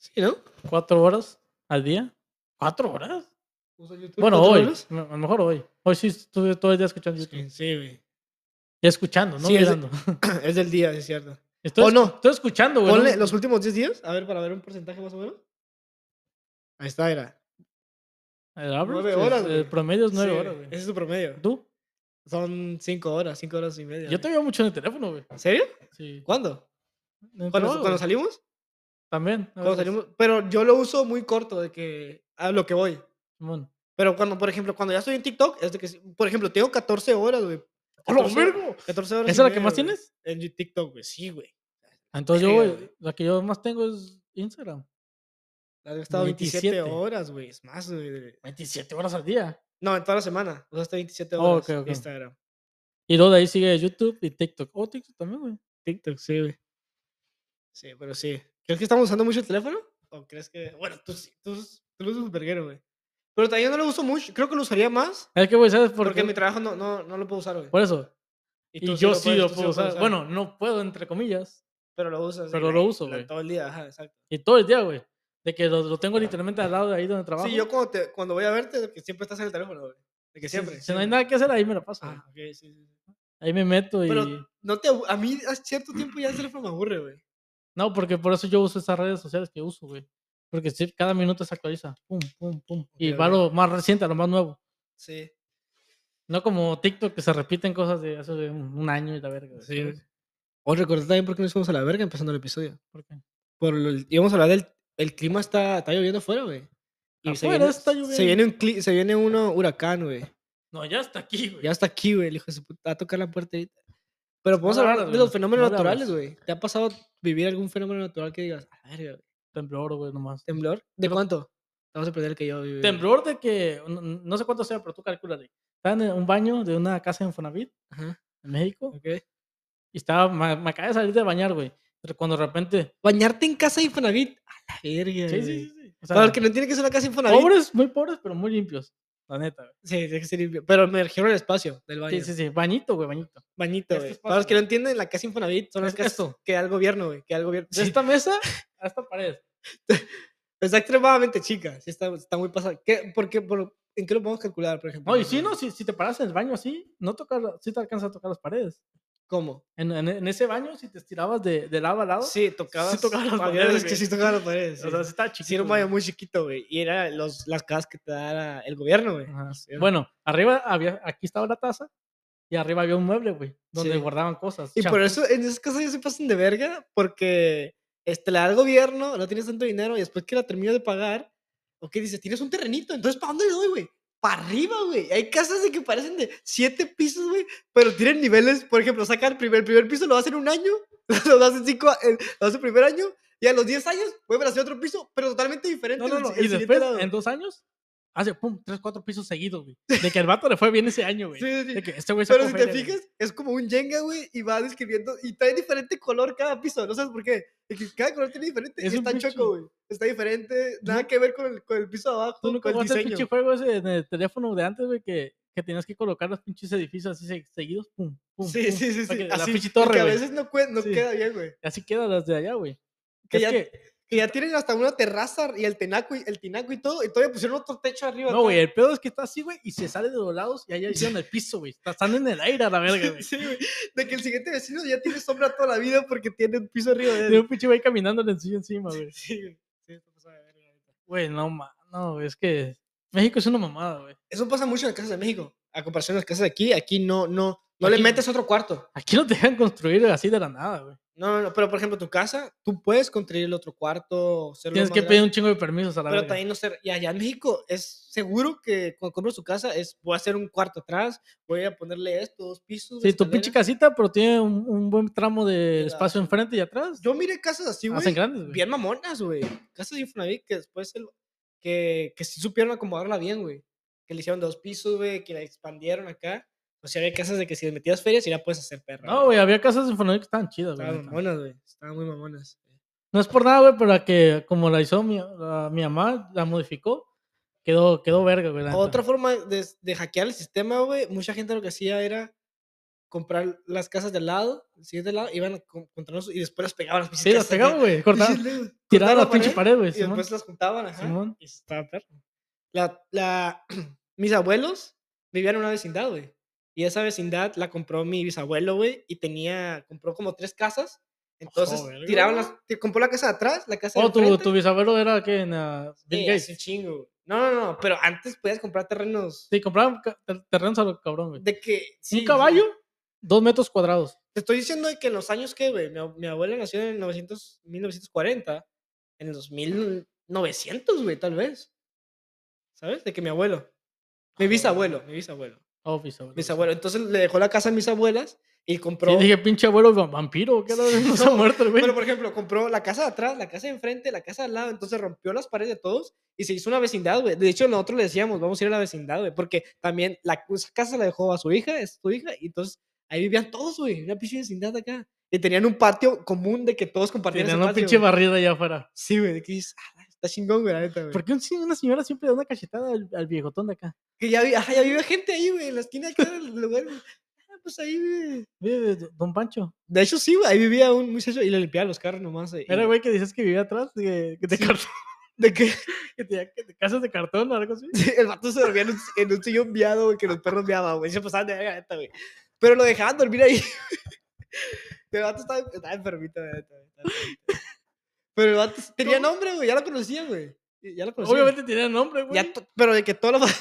[SPEAKER 1] Sí, ¿no?
[SPEAKER 2] ¿Cuatro horas al día? ¿Cuatro horas?
[SPEAKER 1] ¿Usa YouTube
[SPEAKER 2] Bueno,
[SPEAKER 1] cuatro
[SPEAKER 2] hoy.
[SPEAKER 1] horas?
[SPEAKER 2] me- A lo mejor hoy. Hoy sí estuve todo el día escuchando YouTube.
[SPEAKER 1] Sí, sí, güey.
[SPEAKER 2] Y escuchando, no
[SPEAKER 1] Sí, es-
[SPEAKER 2] mirando.
[SPEAKER 1] es del día, sí, es cierto.
[SPEAKER 2] Estoy,
[SPEAKER 1] Oh,
[SPEAKER 2] escu-
[SPEAKER 1] no.
[SPEAKER 2] estoy escuchando, güey.
[SPEAKER 1] Ponle
[SPEAKER 2] no-
[SPEAKER 1] los últimos 10 días, a ver, para ver un porcentaje más o menos. Ahí está, era.
[SPEAKER 2] el average,
[SPEAKER 1] nueve
[SPEAKER 2] es-
[SPEAKER 1] horas, Pues
[SPEAKER 2] El,
[SPEAKER 1] güey.
[SPEAKER 2] Eh, este, promedio es nueve
[SPEAKER 1] Sí,
[SPEAKER 2] horas, güey.
[SPEAKER 1] Ese es tu promedio.
[SPEAKER 2] ¿Tú?
[SPEAKER 1] Son 5 horas, 5 horas y media.
[SPEAKER 2] Yo te
[SPEAKER 1] güey.
[SPEAKER 2] veo mucho en el teléfono, güey.
[SPEAKER 1] ¿En serio?
[SPEAKER 2] Sí.
[SPEAKER 1] ¿Cuándo?
[SPEAKER 2] En el
[SPEAKER 1] ¿Cuándo,
[SPEAKER 2] trabajo,
[SPEAKER 1] cuando
[SPEAKER 2] güey.
[SPEAKER 1] salimos?
[SPEAKER 2] También. a
[SPEAKER 1] Cuando
[SPEAKER 2] veces.
[SPEAKER 1] salimos. Pero yo lo uso muy corto, de que a lo que voy.
[SPEAKER 2] Simón.
[SPEAKER 1] Pero cuando, por ejemplo, cuando ya estoy en TikTok, es de que, sí- por ejemplo, tengo 14 horas, güey.
[SPEAKER 2] ¡A la
[SPEAKER 1] 14
[SPEAKER 2] verga!
[SPEAKER 1] 14 horas.
[SPEAKER 2] ¿Esa
[SPEAKER 1] y
[SPEAKER 2] es la que
[SPEAKER 1] media,
[SPEAKER 2] más
[SPEAKER 1] güey,
[SPEAKER 2] tienes?
[SPEAKER 1] En TikTok, güey, sí, güey.
[SPEAKER 2] Ah, Entonces yo,
[SPEAKER 1] Verga,
[SPEAKER 2] güey,
[SPEAKER 1] güey.
[SPEAKER 2] la que yo más tengo es Instagram.
[SPEAKER 1] Has estado 27,
[SPEAKER 2] 27.
[SPEAKER 1] horas, güey. Es más, güey. de-
[SPEAKER 2] 27 horas al día.
[SPEAKER 1] No, en toda la semana. O sea, hasta 27
[SPEAKER 2] Oh,
[SPEAKER 1] horas.
[SPEAKER 2] ok, ok.
[SPEAKER 1] Instagram.
[SPEAKER 2] Y luego de ahí sigue YouTube y TikTok. Oh, TikTok también, güey.
[SPEAKER 1] TikTok, sí, güey. Sí, pero sí. ¿Crees que estamos usando mucho el teléfono? ¿O crees que.? Bueno, tú sí. Tú, tú lo usas súper verguero, güey. Pero también no lo uso mucho. Creo que lo usaría más.
[SPEAKER 2] Es que, güey, ¿sabes por
[SPEAKER 1] Porque
[SPEAKER 2] qué?
[SPEAKER 1] en mi trabajo no, no, no lo puedo usar, güey.
[SPEAKER 2] Por eso. Y,
[SPEAKER 1] tú
[SPEAKER 2] yo
[SPEAKER 1] lo
[SPEAKER 2] sí
[SPEAKER 1] puedes-
[SPEAKER 2] lo
[SPEAKER 1] tú
[SPEAKER 2] puedo usar.
[SPEAKER 1] puedes
[SPEAKER 2] Bueno, no puedo, entre comillas.
[SPEAKER 1] Pero lo usas. sí,
[SPEAKER 2] pero
[SPEAKER 1] la-
[SPEAKER 2] lo uso,
[SPEAKER 1] la-
[SPEAKER 2] güey.
[SPEAKER 1] Todo el día, ajá, exacto.
[SPEAKER 2] Y todo el día, güey. De que lo, lo tengo literalmente al lado de ahí donde trabajo.
[SPEAKER 1] Sí, yo cuando, te, cuando voy a verte, que siempre estás en el teléfono, güey. De que
[SPEAKER 2] Si-
[SPEAKER 1] siempre.
[SPEAKER 2] Si, no hay
[SPEAKER 1] siempre.
[SPEAKER 2] nada que hacer, ahí me la paso.
[SPEAKER 1] Ah,
[SPEAKER 2] güey.
[SPEAKER 1] ok, sí, sí, sí.
[SPEAKER 2] Ahí me meto y.
[SPEAKER 1] Pero no te, abu- a mí a cierto tiempo ya el teléfono me aburre, güey.
[SPEAKER 2] No, porque por eso yo uso esas redes sociales que uso, güey. Porque sí, cada minuto se actualiza. Pum, pum, pum. y
[SPEAKER 1] Ok,
[SPEAKER 2] va
[SPEAKER 1] ok.
[SPEAKER 2] lo más reciente, a lo más nuevo.
[SPEAKER 1] Sí.
[SPEAKER 2] No como TikTok que se repiten cosas de hace un un año y la verga. güey,
[SPEAKER 1] Sí,
[SPEAKER 2] ¿sabes?
[SPEAKER 1] güey. O recordé también por qué nos fuimos a la verga empezando el episodio.
[SPEAKER 2] ¿Por qué?
[SPEAKER 1] Por lo, íbamos a hablar del el clima está, está lloviendo afuera, güey.
[SPEAKER 2] Afuera
[SPEAKER 1] viene,
[SPEAKER 2] está
[SPEAKER 1] se
[SPEAKER 2] lloviendo.
[SPEAKER 1] viene un cli- se viene uno huracán, güey.
[SPEAKER 2] No, ya está aquí, güey.
[SPEAKER 1] Ya está aquí, güey. El hijo de su puta va a tocar la puerta ahorita. Pero podemos
[SPEAKER 2] le
[SPEAKER 1] hablar
[SPEAKER 2] abras,
[SPEAKER 1] de
[SPEAKER 2] güey,
[SPEAKER 1] los fenómenos
[SPEAKER 2] no le abras.
[SPEAKER 1] naturales, güey. ¿Te ha pasado vivir algún fenómeno natural que digas, "A la verga, güey,
[SPEAKER 2] Temblor, güey, nomás.
[SPEAKER 1] temblor? ¿De
[SPEAKER 2] Pero-
[SPEAKER 1] cuánto? Te vas a perder el que yo viví. güey.
[SPEAKER 2] Temblor de que, no, no sé cuánto sea, pero tú calculale. Estaba en un baño de una casa en Fonavit,
[SPEAKER 1] Ajá.
[SPEAKER 2] en México,
[SPEAKER 1] ok.
[SPEAKER 2] y estaba, me, me acabé de salir de bañar, güey. Pero Cuando de repente...
[SPEAKER 1] Bañarte en casa de Infonavit. A la verga,
[SPEAKER 2] Sí, sí,
[SPEAKER 1] güey.
[SPEAKER 2] sí. sí. O
[SPEAKER 1] Para
[SPEAKER 2] sea,
[SPEAKER 1] el que no tiene que ser una casa Infonavit.
[SPEAKER 2] pobres, muy pobres, pero muy limpios. La neta, güey.
[SPEAKER 1] Sí, tiene que ser limpio. Pero me refiero al espacio del baño.
[SPEAKER 2] Sí, sí, sí. Bañito, güey, bañito.
[SPEAKER 1] Bañito,
[SPEAKER 2] Este
[SPEAKER 1] güey.
[SPEAKER 2] espacio,
[SPEAKER 1] Para los que no
[SPEAKER 2] güey.
[SPEAKER 1] entienden, la casa Infonavit son las
[SPEAKER 2] Es
[SPEAKER 1] casas
[SPEAKER 2] esto.
[SPEAKER 1] que da el gobierno, güey. Que da el gobierno.
[SPEAKER 2] De esta mesa a esta pared.
[SPEAKER 1] Está extremadamente chica. Sí, está, está muy pasada. ¿Qué, por qué, por- ¿En qué lo podemos calcular, por ejemplo?
[SPEAKER 2] No, y si no, si, si te paras en el baño así, no tocar, si te alcanza a tocar las paredes.
[SPEAKER 1] ¿Cómo?
[SPEAKER 2] En, en- en ese baño, si te estirabas de, de lado a lado,
[SPEAKER 1] Sí, tocabas.
[SPEAKER 2] tocaba las
[SPEAKER 1] había
[SPEAKER 2] paredes,
[SPEAKER 1] veces que
[SPEAKER 2] güey.
[SPEAKER 1] sí tocaba las paredes.
[SPEAKER 2] o
[SPEAKER 1] sí.
[SPEAKER 2] sea, sí estaba
[SPEAKER 1] Sí, era
[SPEAKER 2] chiquito.
[SPEAKER 1] un
[SPEAKER 2] güey.
[SPEAKER 1] baño muy chiquito, güey. Y eran los, las casas que te da el gobierno, güey.
[SPEAKER 2] Ajá.
[SPEAKER 1] Sí, era-
[SPEAKER 2] Bueno, arriba había, aquí estaba la taza y arriba había un mueble, güey, donde
[SPEAKER 1] Sí.
[SPEAKER 2] guardaban cosas.
[SPEAKER 1] Y por
[SPEAKER 2] champú.
[SPEAKER 1] eso en esas casas ya se pasan de verga, porque este, la da el gobierno, no tienes tanto dinero, y después que la terminas de pagar, o que dices, tienes un terrenito, entonces ¿para dónde le doy, güey? Para arriba, güey. Hay casas de que parecen de siete pisos, güey, pero tienen niveles, por ejemplo, saca el primer, el primer piso, lo hacen en un año, lo hacen cinco, a- el- lo hacen primer año, y a los 10 años vuelven a hacer otro piso, pero totalmente diferente.
[SPEAKER 2] No, no,
[SPEAKER 1] del
[SPEAKER 2] no.
[SPEAKER 1] si- el
[SPEAKER 2] Y
[SPEAKER 1] siguiente
[SPEAKER 2] después,
[SPEAKER 1] lado.
[SPEAKER 2] en dos años, hace pum, tres, cuatro pisos seguidos, güey. De que el vato le fue bien ese año, güey.
[SPEAKER 1] Sí, sí, sí.
[SPEAKER 2] De que este güey
[SPEAKER 1] Pero
[SPEAKER 2] sacó
[SPEAKER 1] si te
[SPEAKER 2] feria, güey.
[SPEAKER 1] fijas, es como un Jenga, güey, y va describiendo, y trae diferente color cada piso, no sabes por qué. De que Cada color tiene diferente,
[SPEAKER 2] Es un
[SPEAKER 1] está
[SPEAKER 2] pinche-
[SPEAKER 1] choco, güey. Está diferente, nada que ver con el, con el piso de abajo,
[SPEAKER 2] Tú
[SPEAKER 1] con
[SPEAKER 2] nunca
[SPEAKER 1] el
[SPEAKER 2] jugaste el pinche
[SPEAKER 1] diseño.
[SPEAKER 2] juego ese en el teléfono de antes, güey, que, que tenías que colocar los pinches edificios así se- seguidos, pum, pum.
[SPEAKER 1] Sí,
[SPEAKER 2] pum,
[SPEAKER 1] sí, sí,
[SPEAKER 2] para
[SPEAKER 1] sí.
[SPEAKER 2] que La
[SPEAKER 1] Así,
[SPEAKER 2] pinche
[SPEAKER 1] y
[SPEAKER 2] torre,
[SPEAKER 1] que a
[SPEAKER 2] güey.
[SPEAKER 1] veces no, cue- no
[SPEAKER 2] Sí.
[SPEAKER 1] queda bien, güey.
[SPEAKER 2] Así quedan las de allá, güey.
[SPEAKER 1] Que
[SPEAKER 2] Es
[SPEAKER 1] ya-
[SPEAKER 2] que-
[SPEAKER 1] Que ya tienen hasta una terraza y el tenaco y, el tinaco y todo, y todavía pusieron otro techo arriba.
[SPEAKER 2] no,
[SPEAKER 1] acá.
[SPEAKER 2] güey, el pedo es que está así, güey, y se sale de los lados y allá hicieron el piso, güey. Está- Están en el aire a la verga, güey.
[SPEAKER 1] Sí, güey. De que el siguiente vecino ya tiene sombra toda la vida porque tiene un piso arriba de
[SPEAKER 2] De
[SPEAKER 1] él.
[SPEAKER 2] un pinche güey caminando en silla encima, güey.
[SPEAKER 1] Sí, güey. Sí, esto pasa de verga, neta.
[SPEAKER 2] Güey, no, ma, no, güey, es que México es una mamada, güey.
[SPEAKER 1] Eso pasa mucho en las casas de México. A comparación de las casas de aquí, aquí no, no, no le
[SPEAKER 2] Aquí-
[SPEAKER 1] metes otro cuarto.
[SPEAKER 2] Aquí no te dejan construir así de la nada, güey.
[SPEAKER 1] No, no, no. Pero por ejemplo, tu casa, tú puedes construir el otro cuarto. hacerlo
[SPEAKER 2] Tienes
[SPEAKER 1] más
[SPEAKER 2] que pedir
[SPEAKER 1] grande,
[SPEAKER 2] un chingo de permisos a la
[SPEAKER 1] Pero
[SPEAKER 2] verga.
[SPEAKER 1] también no ser. Y allá en México es seguro que cuando compro su casa es voy a hacer un cuarto atrás, voy a ponerle esto, dos pisos.
[SPEAKER 2] Sí, tu pinche
[SPEAKER 1] escaleras.
[SPEAKER 2] casita, pero tiene un, un buen tramo de
[SPEAKER 1] la-
[SPEAKER 2] espacio enfrente y atrás.
[SPEAKER 1] Yo miré casas así, güey.
[SPEAKER 2] Hacen grandes, güey.
[SPEAKER 1] Bien mamonas, güey. Casas de Infonavit que después el- que, que sí supieron acomodarla bien, güey. Que le hicieron dos pisos, güey, que la expandieron acá. O sea, había casas de que si le metías ferias, sí la puedes hacer perra.
[SPEAKER 2] No, güey, había casas de Infonavit que estaban chidas, güey.
[SPEAKER 1] Estaban
[SPEAKER 2] neta.
[SPEAKER 1] mamonas, güey. Estaban muy mamonas.
[SPEAKER 2] No es por nada, güey, pero la que como la hizo mi, la- mi mamá, la modificó, quedó, quedó verga, güey. la neta.
[SPEAKER 1] Otra forma de, de hackear el sistema, güey, mucha gente lo que hacía era comprar las casas del lado, el siguiente lado, iban a co- encontrar sus- y después las pegaban las
[SPEAKER 2] Sí, las pegaban, güey. Cortaban, tiraban
[SPEAKER 1] la
[SPEAKER 2] las pinches
[SPEAKER 1] pared
[SPEAKER 2] paredes, güey.
[SPEAKER 1] Y
[SPEAKER 2] Simón.
[SPEAKER 1] después las juntaban, ajá.
[SPEAKER 2] Simón.
[SPEAKER 1] Y estaba perro. La, la, mis abuelos vivían en una vecindad, güey. Y esa vecindad la compró mi bisabuelo, güey, y tenía, compró como tres casas. Entonces,
[SPEAKER 2] Oh, verga,
[SPEAKER 1] tiraban
[SPEAKER 2] güey.
[SPEAKER 1] las, compró la casa de atrás, la casa de
[SPEAKER 2] Oh, tu,
[SPEAKER 1] enfrente,
[SPEAKER 2] tu bisabuelo era que en ah, Bill
[SPEAKER 1] Sí,
[SPEAKER 2] Gates.
[SPEAKER 1] hace un chingo. güey. No, no, no, pero antes podías comprar terrenos
[SPEAKER 2] Sí, compraban ca- ter- terrenos a lo cabrón, güey.
[SPEAKER 1] de que... sí,
[SPEAKER 2] Un caballo, dos metros cuadrados.
[SPEAKER 1] Te estoy diciendo de que en los años que, güey, mi, ab- mi abuela nació en el 900, 1940, en el 2900, güey, tal vez. ¿Sabes? De que mi abuelo, mi
[SPEAKER 2] Joder.
[SPEAKER 1] bisabuelo, mi bisabuelo,
[SPEAKER 2] Oh, bisabuelo.
[SPEAKER 1] bisabuelo. Entonces le dejó la casa a mis abuelas y
[SPEAKER 2] Sí,
[SPEAKER 1] compró...
[SPEAKER 2] dije, pinche abuelo va- vampiro, que no se ha muerto el güey.
[SPEAKER 1] Bueno, por ejemplo, compró la casa de atrás, la casa de enfrente, la casa de al lado, entonces rompió las paredes de todos y se hizo una vecindad, güey. De hecho, nosotros le decíamos, vamos a ir a la vecindad, güey, porque también la esa casa la dejó a su hija, es tu hija, y entonces ahí vivían todos, güey, una pinche vecindad acá. Y tenían un patio común de que todos compartían
[SPEAKER 2] Tenían
[SPEAKER 1] ese
[SPEAKER 2] una
[SPEAKER 1] patio,
[SPEAKER 2] pinche
[SPEAKER 1] güey.
[SPEAKER 2] barrida allá afuera.
[SPEAKER 1] Sí, güey, de que dices, "Ah, está chingón, güey, la neta, güey.
[SPEAKER 2] ¿Por qué un se- una señora siempre da una cachetada al, al viejotón de acá?
[SPEAKER 1] Que ya, vi- ajá, ya vive gente ahí, güey, en la esquina de acá del lugar, güey. Ah, pues ahí, güey.
[SPEAKER 2] Vive do- Don Pancho.
[SPEAKER 1] De hecho, sí, güey, ahí vivía un muchacho y le limpiaba los carros nomás. eh, y-
[SPEAKER 2] Era el güey que dices que vivía atrás, de- que te
[SPEAKER 1] Sí.
[SPEAKER 2] cortó.
[SPEAKER 1] De que
[SPEAKER 2] Que tenía que- de casas de cartón o algo así.
[SPEAKER 1] Sí, el vato se dormía en un, en un sillón viado, güey, que los perros viaban, güey. Se pasaban de verga, neta, güey. Pero lo dejaban dormir ahí. el vato estaba, estaba enfermito, güey, neta, güey, estaba enfermito. Pero el vato tenía
[SPEAKER 2] ¿Cómo?
[SPEAKER 1] nombre, güey. Ya lo conocía, güey. Y- Ya lo conocía.
[SPEAKER 2] Obviamente tenía nombre, güey.
[SPEAKER 1] Pues Ya to- pero de que todo lo...
[SPEAKER 2] Es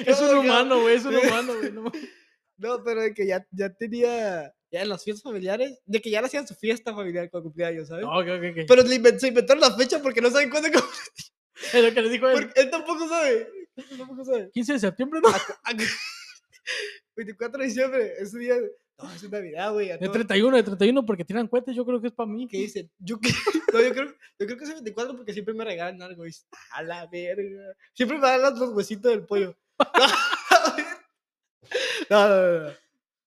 [SPEAKER 2] un
[SPEAKER 1] Claro, ya.
[SPEAKER 2] humano, güey. Es un humano, güey. no mames.
[SPEAKER 1] No, pero de que ya, ya tenía... Ya en las fiestas familiares. De que ya le hacían su fiesta familiar cuando cumplía años, ¿sabes?
[SPEAKER 2] No, ok, ok, ok.
[SPEAKER 1] Pero le invent- se inventaron la fecha porque no saben cuándo... cum-
[SPEAKER 2] Es lo que les dijo él.
[SPEAKER 1] Porque él tampoco sabe. Él tampoco sabe.
[SPEAKER 2] 15 de septiembre, ¿no?
[SPEAKER 1] Ac- ac- 24 de diciembre, ese día. No, es Navidad, güey. a
[SPEAKER 2] De
[SPEAKER 1] todo-
[SPEAKER 2] 31, de 31, porque tiran cohetes, yo creo que es para mí.
[SPEAKER 1] ¿Qué dicen? Yo, que- no, yo, creo, yo creo que es el 24 porque siempre me regalan algo. Y, dices, a la verga. Siempre me dan los- los huesitos del pollo. No, no, no. no, no.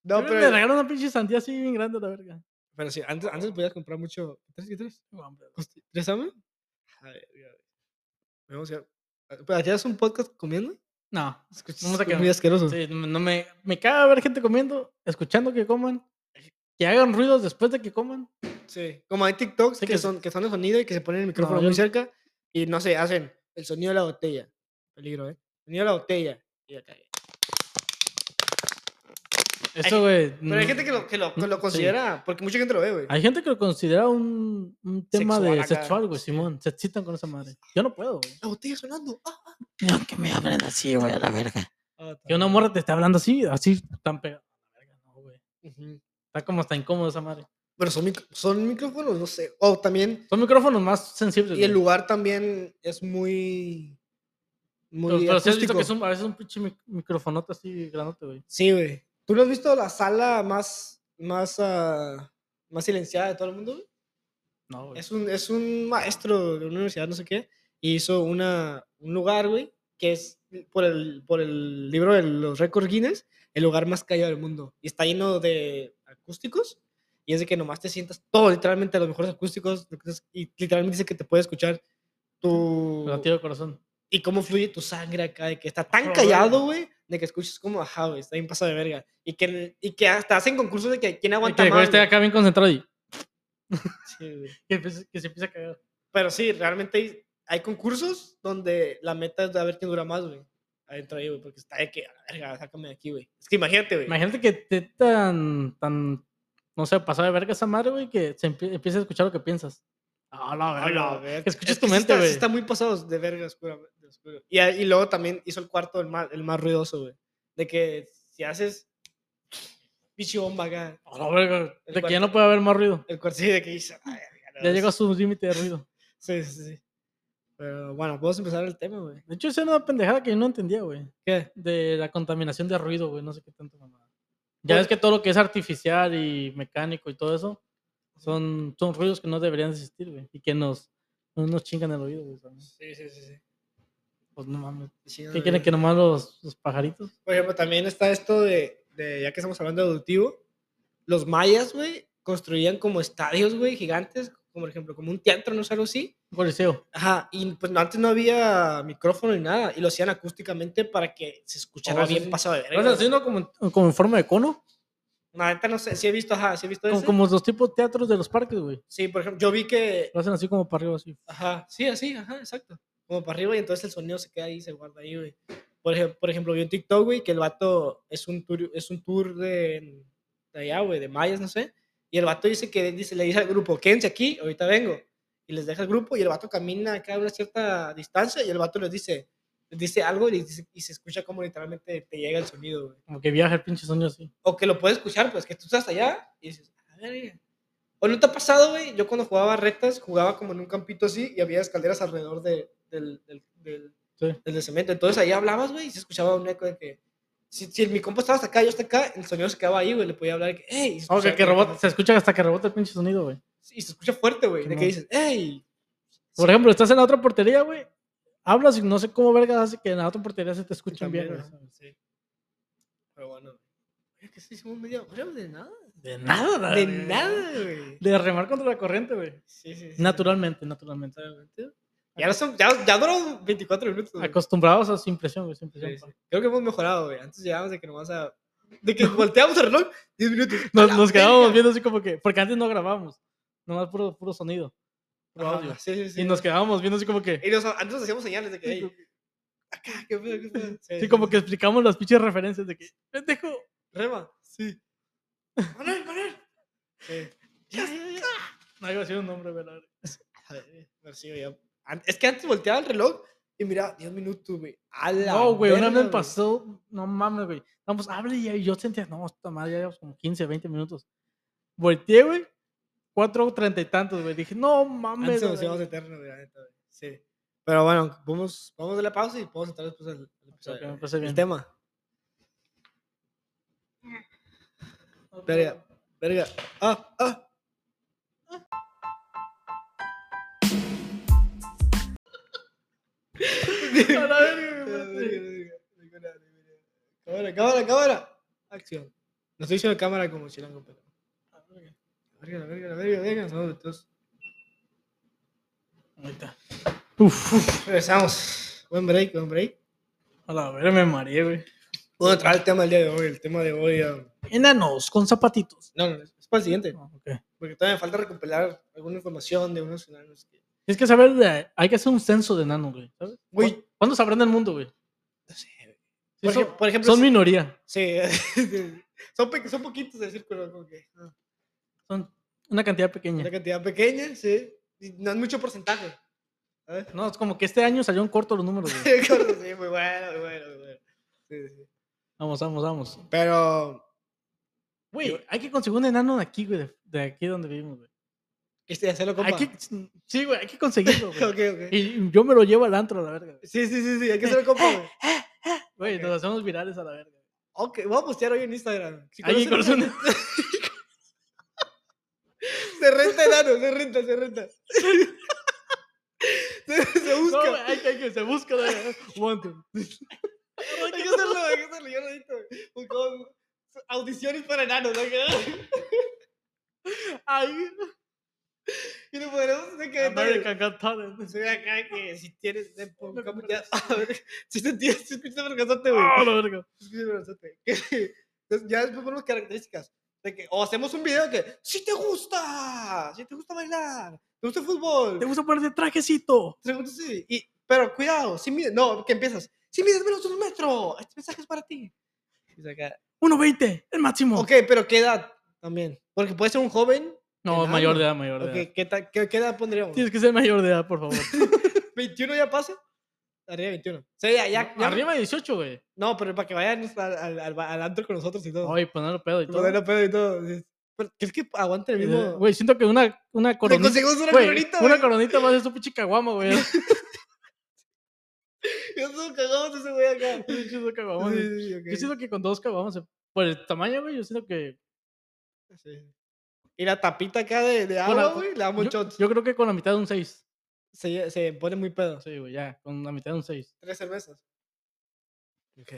[SPEAKER 1] No,
[SPEAKER 2] Yo creo que Me
[SPEAKER 1] pero,
[SPEAKER 2] regalaron una pinche sandía así bien grande, la verga.
[SPEAKER 1] pero sí, antes, antes podías comprar mucho. ¿Tres qué tres?
[SPEAKER 2] No, hombre, güey.
[SPEAKER 1] Costi- ¿Tres amen? A ver, ya, güey. Vamos a. ¿Pero hacías un podcast comiendo?
[SPEAKER 2] No,
[SPEAKER 1] Escuchas
[SPEAKER 2] Vamos a
[SPEAKER 1] que es
[SPEAKER 2] que-
[SPEAKER 1] muy asqueroso.
[SPEAKER 2] sí, no no me, me caga ver gente comiendo, escuchando que coman, que hagan ruidos después de que coman.
[SPEAKER 1] Sí, como hay TikToks
[SPEAKER 2] Sí,
[SPEAKER 1] que,
[SPEAKER 2] que-
[SPEAKER 1] son, que son de sonido y que se ponen el micrófono
[SPEAKER 2] yo
[SPEAKER 1] muy
[SPEAKER 2] no-
[SPEAKER 1] cerca y no sé, hacen el sonido de la botella. Peligro, ¿eh? Sonido de la botella. Y acá.
[SPEAKER 2] Eso, güey.
[SPEAKER 1] Pero hay gente que lo, que lo, que lo
[SPEAKER 2] Mm, Sí.
[SPEAKER 1] considera, porque mucha gente lo ve, güey.
[SPEAKER 2] Hay gente que lo considera un, un tema
[SPEAKER 1] Sexual
[SPEAKER 2] de
[SPEAKER 1] acá,
[SPEAKER 2] sexual, güey, Simón. Se excitan con esa madre. Yo no puedo, güey.
[SPEAKER 1] La botella sonando. ¡Ah!
[SPEAKER 3] No, que me hablen así, güey, a la verga.
[SPEAKER 2] Que una morra te esté hablando así, así tan pegada. La verga, no, güey.
[SPEAKER 1] Ujú.
[SPEAKER 2] Está como hasta incómodo esa madre.
[SPEAKER 1] Pero son, mic- son micrófonos, no sé. O también,
[SPEAKER 2] Son micrófonos más sensibles.
[SPEAKER 1] y el
[SPEAKER 2] güey.
[SPEAKER 1] lugar también es muy. Muy
[SPEAKER 2] Pues, Pero, pero sí has visto
[SPEAKER 1] acústico.
[SPEAKER 2] que es un- a veces un pinche mic- microfonote así grandote, güey.
[SPEAKER 1] Sí, güey. ¿Tú no has visto la sala más, más, ah, más silenciada de todo el mundo, güey?
[SPEAKER 2] No, güey.
[SPEAKER 1] Es un, es un maestro de una universidad, no sé qué, y hizo una, un lugar, güey, que es por el, por el libro de los récords Guinness, el lugar más callado del mundo. Y está lleno de acústicos, y es de que nomás te sientas todo, literalmente, a los mejores acústicos, entonces, y literalmente dice que te puede escuchar tu...
[SPEAKER 2] Me la tiro de corazón.
[SPEAKER 1] Y cómo fluye tu sangre acá, de que está tan
[SPEAKER 2] la
[SPEAKER 1] callado,
[SPEAKER 2] verga.
[SPEAKER 1] güey, de que escuchas como, ajá, güey, está bien pasado de verga. Y que, y que hasta hacen concursos de que quién
[SPEAKER 2] Y
[SPEAKER 1] aguanta
[SPEAKER 2] que el güey
[SPEAKER 1] más.
[SPEAKER 2] esté
[SPEAKER 1] güey.
[SPEAKER 2] acá bien concentrado y
[SPEAKER 1] Sí, güey.
[SPEAKER 2] que, empiece- que se empieza a cagar.
[SPEAKER 1] Pero sí, realmente hay, hay concursos donde la meta es de a ver quién dura más, güey. Adentro ahí, güey, porque está de que, a la verga, sácame de aquí, güey. Es que imagínate, güey.
[SPEAKER 2] Imagínate que te tan, tan, no sé, pasada de verga esa madre, güey, que se empie- empieza a escuchar lo que piensas. Ah, la
[SPEAKER 1] A
[SPEAKER 2] verga,
[SPEAKER 1] la
[SPEAKER 2] güey.
[SPEAKER 1] verga.
[SPEAKER 2] Que escuches
[SPEAKER 1] Es
[SPEAKER 2] tu
[SPEAKER 1] sí
[SPEAKER 2] mente,
[SPEAKER 1] está- sí
[SPEAKER 2] güey.
[SPEAKER 1] Está, muy pasados de verga oscura, de oscuro. Y, a- y luego también hizo el cuarto el más, el más ruidoso, güey. De que si haces bicho bomba acá,
[SPEAKER 2] A la verga.
[SPEAKER 1] El
[SPEAKER 2] De que
[SPEAKER 1] cuarto.
[SPEAKER 2] ya no puede haber más ruido.
[SPEAKER 1] el cuarto sí, de que dice, "Ay, verga, no,
[SPEAKER 2] Ya llegó a
[SPEAKER 1] sí".
[SPEAKER 2] su límite de ruido.
[SPEAKER 1] Sí, sí, sí. Pero bueno, podemos empezar el tema, güey.
[SPEAKER 2] De hecho, esa era una pendejada que yo no entendía, güey.
[SPEAKER 1] ¿Qué?
[SPEAKER 2] De la contaminación de ruido, güey. No sé qué tanto mamada. Ya
[SPEAKER 1] Pues-
[SPEAKER 2] ves que todo lo que es artificial y mecánico y todo eso son, son ruidos que no deberían existir, güey. Y que nos, no nos chingan el oído, güey. también.
[SPEAKER 1] Sí, sí, sí. sí.
[SPEAKER 2] Pues no mames.
[SPEAKER 1] Chinga
[SPEAKER 2] ¿Qué
[SPEAKER 1] la
[SPEAKER 2] quieren
[SPEAKER 1] verga.
[SPEAKER 2] que nomás los, los pajaritos?
[SPEAKER 1] Por ejemplo, también está esto de, de- ya que estamos hablando de auditivo, los mayas, güey, construían como estadios, güey, gigantes, como por ejemplo, como un teatro, no sé, algo así.
[SPEAKER 2] Un coliseo.
[SPEAKER 1] Ajá, y pues no- antes no había micrófono ni nada, y lo hacían acústicamente para que se escuchara
[SPEAKER 2] Oh, sí,
[SPEAKER 1] bien
[SPEAKER 2] sí.
[SPEAKER 1] pasado de verga.
[SPEAKER 2] ¿Lo están
[SPEAKER 1] güey.
[SPEAKER 2] haciendo como, en- como en forma de cono?
[SPEAKER 1] La neta no sé, sí he visto, ajá, sí he visto
[SPEAKER 2] Como,
[SPEAKER 1] eso.
[SPEAKER 2] como los tipos teatros de los parques, güey.
[SPEAKER 1] Sí, por ejemplo, yo vi que,
[SPEAKER 2] Lo hacen así como para arriba, así.
[SPEAKER 1] ajá, sí, así, ajá, exacto. Como para arriba y entonces el sonido se queda ahí, se guarda ahí, güey. Por ejemplo, por ejemplo, vi un TikTok, güey, que el vato es un tour, es un tour de, de allá, güey, de mayas, no sé. Y el vato dice que dice, le dice al grupo, quédense aquí, ahorita vengo. Y les deja el grupo y el vato camina acá a una cierta distancia y el vato les dice, les dice algo y, les dice- y se escucha como literalmente te llega el sonido, güey.
[SPEAKER 2] Como que viaja el pinche sonido así.
[SPEAKER 1] O que lo puedes escuchar, pues que tú estás allá y dices, a ver, güey". O no te ha pasado, güey. Yo cuando jugaba retas, jugaba como en un campito así y había escaleras alrededor de- del, del, del,
[SPEAKER 2] Sí.
[SPEAKER 1] del de cemento. Entonces ahí hablabas, güey, y se escuchaba un eco de que. Si, si mi compa estaba hasta acá, yo hasta acá, el sonido se quedaba ahí, güey. Le podía hablar de que, ¡ey! y se escuchaba
[SPEAKER 2] Aunque Oh, que
[SPEAKER 1] como
[SPEAKER 2] rebota, se escucha hasta que rebota el pinche sonido, güey.
[SPEAKER 1] y se escucha fuerte, güey. De que dices,
[SPEAKER 2] Simón.
[SPEAKER 1] ¡ey!
[SPEAKER 2] Por ejemplo, estás en la otra portería, güey. Hablas y no sé cómo vergas hace que en la otra portería se te escuchen bien, güey.
[SPEAKER 1] Pero bueno. Es que se hicimos media hora de nada.
[SPEAKER 2] De nada, la
[SPEAKER 1] De
[SPEAKER 2] verga.
[SPEAKER 1] nada, güey.
[SPEAKER 2] De remar contra la corriente, güey.
[SPEAKER 1] Sí, sí, sí.
[SPEAKER 2] Naturalmente, naturalmente.
[SPEAKER 1] Ya, no son, ya, ya duró 24 minutos. güey.
[SPEAKER 2] Acostumbrados a su impresión, güey. su impresión, pues.
[SPEAKER 1] Sí,
[SPEAKER 2] pa.
[SPEAKER 1] sí. Creo que hemos mejorado, güey. Antes llegábamos de que nomás a. De que volteamos el reloj 10 minutos.
[SPEAKER 2] Nos, nos quedábamos
[SPEAKER 1] bien.
[SPEAKER 2] viendo así como que. Porque antes no grabábamos. Nomás puro, puro sonido. puro
[SPEAKER 1] Ajá,
[SPEAKER 2] audio.
[SPEAKER 1] Sí, Ah, sí, sí.
[SPEAKER 2] Y nos quedábamos viendo así como
[SPEAKER 1] Y
[SPEAKER 2] que.
[SPEAKER 1] nos- antes nos hacíamos señales de que,
[SPEAKER 2] Sí,
[SPEAKER 1] "Ey, acá, qué pedo, qué pedo".
[SPEAKER 2] sí, como que explicamos las pinches referencias de que. ¡Pendejo!
[SPEAKER 1] Rema.
[SPEAKER 2] Sí.
[SPEAKER 1] Manuel, Manuel. Sí.
[SPEAKER 2] Ya, ya, ya. No iba a decir un nombre, ¿verdad?
[SPEAKER 1] A ver, pero sí, güey, ya- An- Es que antes volteaba el reloj y mira, 10 minutos, güey. A la
[SPEAKER 2] No, güey, una
[SPEAKER 1] verga,
[SPEAKER 2] vez me pasó, no mames, güey. Vamos, hable y ahí yo sentía, no, esta madre, ya llevamos como 15, 20 minutos. Volteé, güey, cuatro treinta y tantos, güey. Dije, no mames.
[SPEAKER 1] Antes nos
[SPEAKER 2] güey".
[SPEAKER 1] íbamos eternos, güey, la neta, güey. Sí. Pero bueno, vamos, vamos a darle pausa y podemos entrar después al, al episodio,
[SPEAKER 2] ok, me
[SPEAKER 1] güey.
[SPEAKER 2] parece
[SPEAKER 1] el
[SPEAKER 2] bien.
[SPEAKER 1] tema. Verga, verga. Ah, ah.
[SPEAKER 2] A la verga, güey, espérate.
[SPEAKER 1] Cámara, cámara, cámara. Acción. No estoy diciendo cámara como chilango, pero.
[SPEAKER 2] A la Ah, verga.
[SPEAKER 1] Verga, la verga, la verga, verga. Somos dos.
[SPEAKER 2] Ahí está.
[SPEAKER 1] Regresamos. Buen break, buen break.
[SPEAKER 2] A la verga, me mareé, güey.
[SPEAKER 1] Bueno, entrar al tema del día de hoy. El tema de hoy. ah,
[SPEAKER 2] Enanos con zapatitos.
[SPEAKER 1] No, no, es para el siguiente.
[SPEAKER 2] Ah, ok.
[SPEAKER 1] Porque todavía me falta recopilar alguna información de unos enanos que.
[SPEAKER 2] Tienes que saber, de- hay que hacer un censo de enanos, güey. ¿sabes?
[SPEAKER 1] Güey.
[SPEAKER 2] ¿Cu- ¿Cuándo sabrán del mundo, güey?
[SPEAKER 1] No sé, güey.
[SPEAKER 2] Sí,
[SPEAKER 1] Por,
[SPEAKER 2] son-
[SPEAKER 1] ej- por ejemplo,
[SPEAKER 2] son minoría.
[SPEAKER 1] sí, son, pe- son poquitos de círculo, como que. ah,
[SPEAKER 2] Son una cantidad pequeña.
[SPEAKER 1] Una cantidad pequeña, sí. y no es mucho porcentaje. ¿sabes?
[SPEAKER 2] No, es como que este año salieron cortos los números, güey.
[SPEAKER 1] sí, muy bueno, muy bueno, muy bueno. Sí, sí.
[SPEAKER 2] Vamos, vamos, vamos.
[SPEAKER 1] Pero
[SPEAKER 2] Güey, hay que conseguir un enano de aquí, güey, de, de aquí donde vivimos, güey.
[SPEAKER 1] este hacerlo
[SPEAKER 2] Hay
[SPEAKER 1] compa.
[SPEAKER 2] que- sí, güey, hay que conseguirlo, güey.
[SPEAKER 1] Ok, ok.
[SPEAKER 2] Y yo me lo llevo al antro a la verga, güey.
[SPEAKER 1] Sí, sí, sí, sí, hay que hacerlo compa. güey.
[SPEAKER 2] Güey,
[SPEAKER 1] Ok.
[SPEAKER 2] nos hacemos virales a la verga.
[SPEAKER 1] Ok, voy a postear hoy en Instagram. Si
[SPEAKER 2] Alguien
[SPEAKER 1] conocen
[SPEAKER 2] conoce
[SPEAKER 1] a- Se renta enano, se renta, se renta. se, se
[SPEAKER 2] No,
[SPEAKER 1] busca.
[SPEAKER 2] güey, hay que, hay que se busca la verga. Wanted.
[SPEAKER 1] hay que hacerlo, hay que hacerlo. Yo lo edito. güey. Buscamos Audiciones para enanos. ¿no?
[SPEAKER 2] Ay,
[SPEAKER 1] Y lo podremos de que.
[SPEAKER 2] American Got Talent.
[SPEAKER 1] Se ve acá que si tienes. de- pongamos ya- A ver, si te tienes, si escuchas vergonzote, güey.
[SPEAKER 2] Ah, la verga.
[SPEAKER 1] Es que, o sea, te- que- entonces, ya después ponemos características. De que, o hacemos un video que, si te gusta, si te gusta bailar, te gusta el fútbol,
[SPEAKER 2] ¿Te gusta ponerte trajecito?
[SPEAKER 1] te gusta sí, y- pero cuidado, si mides, no, que empiezas, si mides menos de un metro, este mensaje es para ti. Y saca-
[SPEAKER 2] 1.20, el máximo.
[SPEAKER 1] Ok, pero ¿qué edad también? Porque puede ser un joven.
[SPEAKER 2] No,
[SPEAKER 1] enano.
[SPEAKER 2] mayor de edad, mayor de edad.
[SPEAKER 1] ok, ¿qué, ta- qué, qué edad pondríamos?
[SPEAKER 2] Tienes que ser mayor de edad, por favor.
[SPEAKER 1] ¿21 ya pasa? Arriba de 21. Sí, ya, ya, ya-
[SPEAKER 2] Arriba de 18, güey.
[SPEAKER 1] No, pero para que vayan al, al, al, al antro con nosotros y todo.
[SPEAKER 2] Ay, ponerlo pedo y todo.
[SPEAKER 1] Modelo pedo y todo. sí. Pero ¿crees que aguante el
[SPEAKER 2] Eh,
[SPEAKER 1] mismo?
[SPEAKER 2] Güey, siento que una, una
[SPEAKER 1] Te
[SPEAKER 2] coronita.
[SPEAKER 1] conseguimos una
[SPEAKER 2] Güey,
[SPEAKER 1] coronita,
[SPEAKER 2] una
[SPEAKER 1] güey.
[SPEAKER 2] coronita más de su pinche caguama, güey.
[SPEAKER 1] Yo solo cagamos ese güey acá.
[SPEAKER 2] Un chingo de caguamas, güey.
[SPEAKER 1] Sí, sí, ok.
[SPEAKER 2] Yo siento que con dos caguamas, se- por el tamaño, güey, yo siento que.
[SPEAKER 1] Sí. Y la tapita acá de, de
[SPEAKER 2] Con la-
[SPEAKER 1] agua, güey, le damos
[SPEAKER 2] Yo,
[SPEAKER 1] shots.
[SPEAKER 2] yo creo que con la mitad de un 6.
[SPEAKER 1] Se, se pone muy pedo.
[SPEAKER 2] Sí, güey, ya, con la mitad de un 6.
[SPEAKER 1] Tres cervezas. Ok.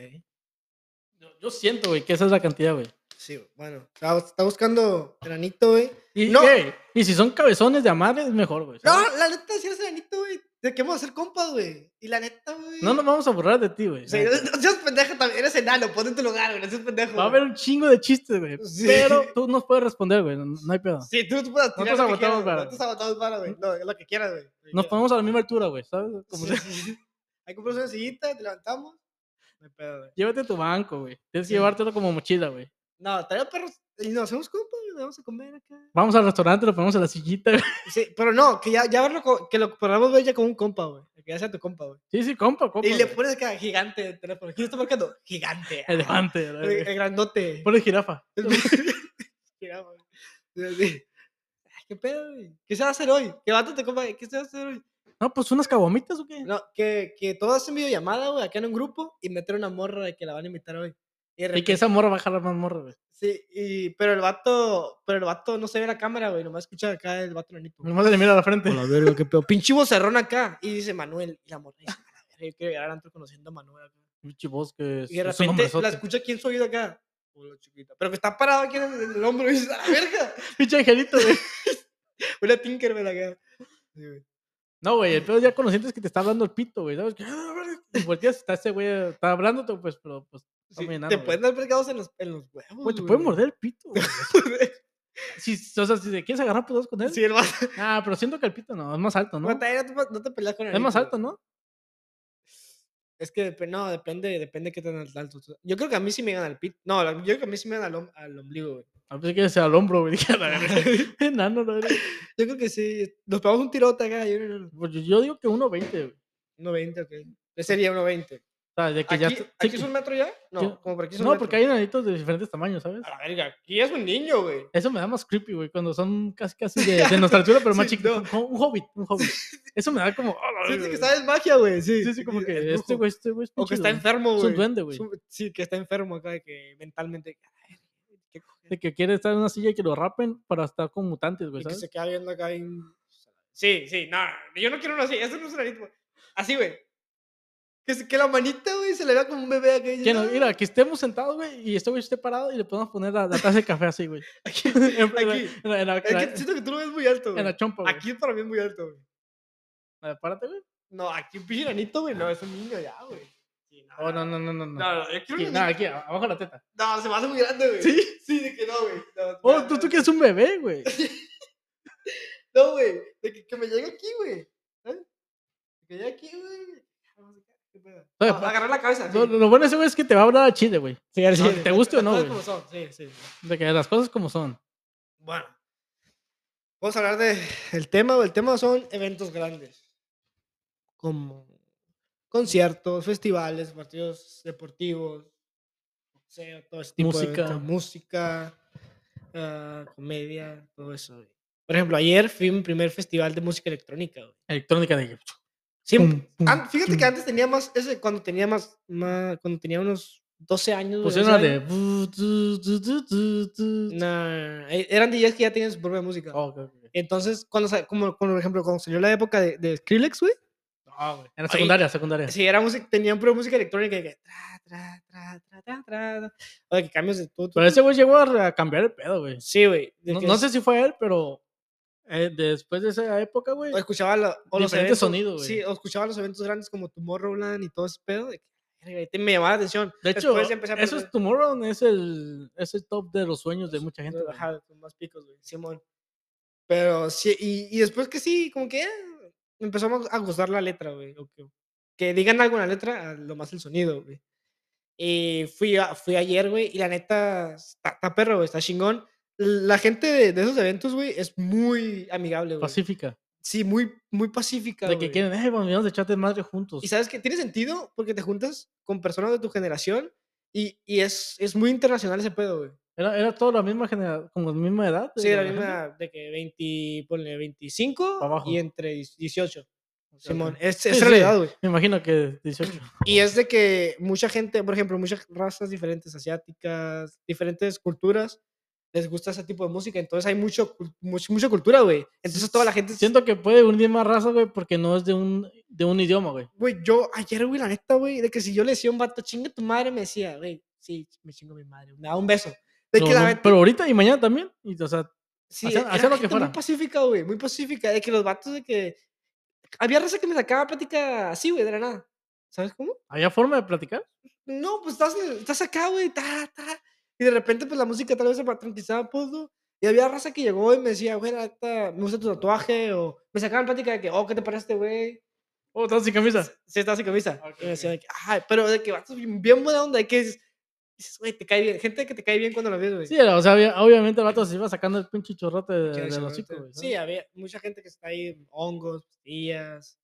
[SPEAKER 2] Yo, yo siento, güey, que esa es la cantidad, güey.
[SPEAKER 1] Sí, güey, bueno. Está, está buscando granito, güey.
[SPEAKER 2] Y,
[SPEAKER 1] No. Ah.
[SPEAKER 2] güey, y si son cabezones de amadre, es mejor, güey.
[SPEAKER 1] No,
[SPEAKER 2] ¿sabes?
[SPEAKER 1] la neta, si eres granito, güey. ¿De qué vamos a hacer compas, güey? Y la neta, güey.
[SPEAKER 2] No nos vamos a borrar de ti, güey.
[SPEAKER 1] O sea, no, no seas pendejo también. Eres enano, ponte en tu lugar, güey. No seas pendejo.
[SPEAKER 2] Va a haber un chingo de chistes, güey.
[SPEAKER 1] Sí.
[SPEAKER 2] Pero tú nos puedes responder, güey. No, no hay pedo.
[SPEAKER 1] Sí, tú, tú puedes tirar
[SPEAKER 2] te
[SPEAKER 1] lo que
[SPEAKER 2] sabotamos,
[SPEAKER 1] quieras,
[SPEAKER 2] vara,
[SPEAKER 1] No te
[SPEAKER 2] güey.
[SPEAKER 1] sabotamos, vara, güey. No, es lo que quieras, güey. lo que
[SPEAKER 2] Nos
[SPEAKER 1] quieras.
[SPEAKER 2] ponemos a la misma altura, güey, ¿sabes? Como
[SPEAKER 1] Sí,
[SPEAKER 2] sea.
[SPEAKER 1] sí, sí. Ahí compras una sillita, te levantamos. No hay pedo, güey.
[SPEAKER 2] Llévate tu banco, güey. Tienes
[SPEAKER 1] Sí.
[SPEAKER 2] que llevártelo como mochila, güey.
[SPEAKER 1] No, trae perros y nos hacemos compas, güey, vamos a comer acá.
[SPEAKER 2] Vamos al restaurante, lo ponemos en la sillita, güey.
[SPEAKER 1] Sí, pero no, que ya, ya verlo, co- que lo podamos ver ya como un compa, güey. Que ya sea tu compa, güey.
[SPEAKER 2] Sí, sí, compa, compa.
[SPEAKER 1] Y le
[SPEAKER 2] güey.
[SPEAKER 1] pones acá gigante el teléfono. ¿Quién está marcando? Gigante. ah,
[SPEAKER 2] Elefante, la
[SPEAKER 1] El,
[SPEAKER 2] verga.
[SPEAKER 1] el grandote.
[SPEAKER 2] Ponle jirafa.
[SPEAKER 1] Mira, güey. Sí, sí. Ay, ¿Qué pedo, güey? ¿Qué se va a hacer hoy? ¿Qué vato te compa? ¿Qué se va a hacer hoy?
[SPEAKER 2] No, pues unas caguamitas o qué.
[SPEAKER 1] No, que, que todos hacen videollamada, güey, acá en un grupo y meter una morra de que la van a invitar hoy. Y, de
[SPEAKER 2] Y que esa morra va a jalar más morra, güey.
[SPEAKER 1] Sí, y, pero el vato, pero el vato no se ve la cámara, güey, nomás escucha acá el vato nanito.
[SPEAKER 2] Nomás le mira a la frente.
[SPEAKER 1] Hola, verga, qué pedo. Pinche vocerrón acá. Y dice Manuel, y la morra dice, "A la verga, yo quiero llegar al antro conociendo a Manuel. acá".
[SPEAKER 2] Pinche voz que Pues es,
[SPEAKER 1] Y de
[SPEAKER 2] es un
[SPEAKER 1] repente la
[SPEAKER 2] hombrezote.
[SPEAKER 1] escucha aquí en su oído acá. Hola, chiquita. Pero que está parado aquí en el, en el hombro y dice, a la verga.
[SPEAKER 2] Pinche angelito, güey.
[SPEAKER 1] Una Tinkerbell acá. Sí, güey.
[SPEAKER 2] No, güey, el pedo ya cuando sientes que te está hablando el pito, güey. ¿Sabes? "Ah, Y volteas, está ese güey, está hablándote, pues, pero pues,
[SPEAKER 1] Sí,
[SPEAKER 2] muy enano,
[SPEAKER 1] te
[SPEAKER 2] güey.
[SPEAKER 1] pueden dar pegados en los, en los huevos.
[SPEAKER 2] güey, te puede morder el pito, güey.
[SPEAKER 1] morder.
[SPEAKER 2] Si, o sea, si te quieres agarrar putos con él.
[SPEAKER 1] Sí, el vato.
[SPEAKER 2] Ah, pero siento que el pito no, es más alto, ¿no?
[SPEAKER 1] Mataera, tú pa- no te peleas con el
[SPEAKER 2] Es más
[SPEAKER 1] pito.
[SPEAKER 2] alto, ¿no?
[SPEAKER 1] Es que dep- no, depende, depende qué tan al- alto. tú- Yo creo que a mí sí me gana el pit. No, la- yo creo que a mí sí me gana al, hom- al ombligo, güey.
[SPEAKER 2] A veces que sea al hombro, güey. Dije, a la verga, Enano, la verga.
[SPEAKER 1] Yo creo que sí. Nos pegamos un tirote acá. Yo, no
[SPEAKER 2] Pues yo- yo digo que 1.20, güey. O
[SPEAKER 1] 1.20, ok. Ese sería 1.20.
[SPEAKER 2] sea, de que
[SPEAKER 1] ¿Aquí,
[SPEAKER 2] ya. está- sí
[SPEAKER 1] aquí
[SPEAKER 2] que-
[SPEAKER 1] es un metro ya? No,
[SPEAKER 2] yo-
[SPEAKER 1] como por aquí es un
[SPEAKER 2] No,
[SPEAKER 1] metro. Ah.
[SPEAKER 2] porque hay enanitos de diferentes tamaños, ¿sabes?
[SPEAKER 1] A la verga, aquí es un niño, güey.
[SPEAKER 2] Eso me da más creepy, güey, cuando son casi casi de, de nuestra altura, pero más
[SPEAKER 1] Sí,
[SPEAKER 2] chiquitos.
[SPEAKER 1] no.
[SPEAKER 2] como Un hobbit, un hobbit. Eso me da como. ah, la
[SPEAKER 1] Sientes que
[SPEAKER 2] verga.
[SPEAKER 1] sabes magia, güey. Sí,
[SPEAKER 2] Sí, sí, como
[SPEAKER 1] es
[SPEAKER 2] que este
[SPEAKER 1] brujo.
[SPEAKER 2] güey, este güey es
[SPEAKER 1] O que
[SPEAKER 2] pinche
[SPEAKER 1] está
[SPEAKER 2] duende.
[SPEAKER 1] enfermo,
[SPEAKER 2] Es
[SPEAKER 1] güey.
[SPEAKER 2] un duende, güey.
[SPEAKER 1] Su- Sí, que está enfermo acá, de que mentalmente. "Ay, qué cojera",
[SPEAKER 2] De que quiere estar en una silla y que lo rapen para estar con mutantes, güey,
[SPEAKER 1] y que
[SPEAKER 2] ¿sabes?
[SPEAKER 1] se queda viendo acá. bien- Sí, sí, no, yo no quiero uno así. Eso no es un anito. Así, güey. Que, se- que la manita, güey, se le vea como un bebé acá. y dice,
[SPEAKER 2] Que no-
[SPEAKER 1] "No,
[SPEAKER 2] mira, que estemos sentados, güey, y este güey esté parado y le podemos poner la, la taza de café así, güey.
[SPEAKER 1] "Ah, aquí-
[SPEAKER 2] En plan,
[SPEAKER 1] Aquí.
[SPEAKER 2] En la, en la- en
[SPEAKER 1] Es
[SPEAKER 2] la-
[SPEAKER 1] que siento que tú lo ves muy alto,
[SPEAKER 2] en
[SPEAKER 1] güey.
[SPEAKER 2] la chompa, güey.
[SPEAKER 1] Aquí para mí es muy alto, güey.
[SPEAKER 2] A ver, párate, güey.
[SPEAKER 1] No, aquí un pinche enanito, güey. No, es un niño ya, güey. Sí, no,
[SPEAKER 2] Oh, no, no, no, no. No,
[SPEAKER 1] Ah. No, no, yo quiero
[SPEAKER 2] Aquí,
[SPEAKER 1] un
[SPEAKER 2] no,
[SPEAKER 1] enanito.
[SPEAKER 2] aquí, a- abajo la teta.
[SPEAKER 1] No, se me hace muy grande, güey.
[SPEAKER 2] ¿Sí?
[SPEAKER 1] Sí, de que no, güey. No,
[SPEAKER 2] Oh,
[SPEAKER 1] no,
[SPEAKER 2] tú,
[SPEAKER 1] no,
[SPEAKER 2] tú quieres un bebé, güey.
[SPEAKER 1] No, güey. De que, que me llegue aquí, güey. ¿Sabes? Que llegue aquí, güey. Vamos acá, ¿Qué pedo?
[SPEAKER 2] No,
[SPEAKER 1] No, agarrar la cabeza.
[SPEAKER 2] Lo, lo bueno de ese güey es que te va a hablar a chile, güey.
[SPEAKER 1] sí, ahora
[SPEAKER 2] sí, no, ¿te guste o no, güey?
[SPEAKER 1] Sí, sí.
[SPEAKER 2] De que las cosas como son.
[SPEAKER 1] Bueno. Vamos a hablar de el tema. o El tema son eventos grandes. Como conciertos, festivales, partidos deportivos, boxeo, todo ese tipo de eventos,
[SPEAKER 2] Música.
[SPEAKER 1] música, ah, comedia, todo eso. güey. Por ejemplo, ayer fui a mi primer festival de música electrónica. güey.
[SPEAKER 2] Electrónica de que.
[SPEAKER 1] Siempre,
[SPEAKER 2] pum, pum,
[SPEAKER 1] An- fíjate que
[SPEAKER 2] pum.
[SPEAKER 1] antes tenía más, ese cuando tenía más, más- cuando tenía unos 12 años. güey,
[SPEAKER 2] Pusieron la
[SPEAKER 1] 11
[SPEAKER 2] Pues de.
[SPEAKER 1] años. No, eh, eran DJs que ya tenían su propia música.
[SPEAKER 2] Oh, ok, ok.
[SPEAKER 1] Entonces, cuando, sa- como, como, por ejemplo, cuando salió la época de, de Skrillex, güey,
[SPEAKER 2] No, güey. En la secundaria, secundaria.
[SPEAKER 1] si era música, tenían pura música electrónica y que tra, tra, tra, tra, tra, tra, tra. o de que cambios de todo.
[SPEAKER 2] Pero ese güey llegó a, re- a cambiar el pedo, güey.
[SPEAKER 1] Sí, güey. de
[SPEAKER 2] No,
[SPEAKER 1] que
[SPEAKER 2] no
[SPEAKER 1] es-
[SPEAKER 2] sé si fue él, pero eh, después de esa época, güey.
[SPEAKER 1] o escuchaba la- o los
[SPEAKER 2] Diferentes
[SPEAKER 1] eventos,
[SPEAKER 2] sonidos,
[SPEAKER 1] Sí,
[SPEAKER 2] güey.
[SPEAKER 1] o escuchaba los eventos grandes como Tomorrowland y todo ese pedo. de que, verga, y te- me llamaba la atención.
[SPEAKER 2] De hecho,
[SPEAKER 1] después empecé a
[SPEAKER 2] eso
[SPEAKER 1] perder.
[SPEAKER 2] es Tomorrow es el, es el top de los sueños de mucha gente. güey.
[SPEAKER 1] Ajá, con más picos, güey. Simón. Pero sí, y, y después que sí, como que eh, me empezó a gu- a gustar la letra, güey. o que, que digan algo en la letra, a lo más el sonido, güey. Y fui, a- fui ayer, güey, y la neta está, está perro, güey, está chingón. La gente de, de esos eventos, güey, es muy amigable, güey.
[SPEAKER 2] Pacífica.
[SPEAKER 1] Sí, muy, muy pacífica.
[SPEAKER 2] De que
[SPEAKER 1] güey.
[SPEAKER 2] quieren, eh, vamos, vamos a echar desmadre juntos.
[SPEAKER 1] Y sabes que tiene sentido porque te juntas con personas de tu generación y, y es, es muy internacional ese pedo, güey.
[SPEAKER 2] Era, era todo la misma generación, como la misma edad.
[SPEAKER 1] Sí, la
[SPEAKER 2] gente.
[SPEAKER 1] misma de que 20, ponle 25
[SPEAKER 2] Pa' abajo.
[SPEAKER 1] y entre 18.
[SPEAKER 2] Ok,
[SPEAKER 1] Simón,
[SPEAKER 2] ok.
[SPEAKER 1] es,
[SPEAKER 2] Sí,
[SPEAKER 1] es
[SPEAKER 2] sí.
[SPEAKER 1] realidad, güey.
[SPEAKER 2] Me imagino que 18.
[SPEAKER 1] Y es de que mucha gente, por ejemplo, muchas razas diferentes, asiáticas, diferentes culturas, les gusta ese tipo de música. Entonces hay mucho, cul- much- mucha cultura, güey. Entonces toda la gente... es-
[SPEAKER 2] Siento que puede unir más razas, güey, porque no es de un, de un idioma, güey.
[SPEAKER 1] Güey, yo ayer, güey, la neta, güey, de que si yo le decía a un vato, chinga tu madre, me decía, güey, sí, me chingo mi madre. Me daba un beso. De
[SPEAKER 2] No,
[SPEAKER 1] que la
[SPEAKER 2] no,
[SPEAKER 1] neta-
[SPEAKER 2] pero ahorita y mañana también. Y, o sea,
[SPEAKER 1] Sí,
[SPEAKER 2] Hacían-
[SPEAKER 1] era
[SPEAKER 2] hacían lo que
[SPEAKER 1] gente
[SPEAKER 2] fuera.
[SPEAKER 1] Muy pacífica, güey, muy pacífica. De que los vatos de que. Había raza que me sacaba plática así, güey, de la nada. ¿Sabes cómo?
[SPEAKER 2] ¿había forma de platicar?
[SPEAKER 1] No, pues estás, en- estás acá, güey, ta, ta. Y de repente, pues la música tal vez se patronizaba todo. Y había raza que llegó y me decía, güey, la neta, me gusta tu tatuaje. O me sacaban plática de que, oh, ¿qué te parece, este güey?
[SPEAKER 2] Oh, estás sin camisa.
[SPEAKER 1] Sí, estaba sin camisa.
[SPEAKER 2] Ok,
[SPEAKER 1] y me decía,
[SPEAKER 2] ok.
[SPEAKER 1] de que, ay, pero de que vatos bien bien buena onda. de que dices- dices, güey, te cae bien. Gente que te cae bien cuando la ves, güey.
[SPEAKER 2] Sí, era, o sea, había- obviamente el vato se iba sacando el pinche chorrote de,
[SPEAKER 1] que
[SPEAKER 2] de
[SPEAKER 1] se
[SPEAKER 2] los
[SPEAKER 1] meten.
[SPEAKER 2] chicos, güey.
[SPEAKER 1] Sí, había mucha gente que está ahí, hongos, pastillas.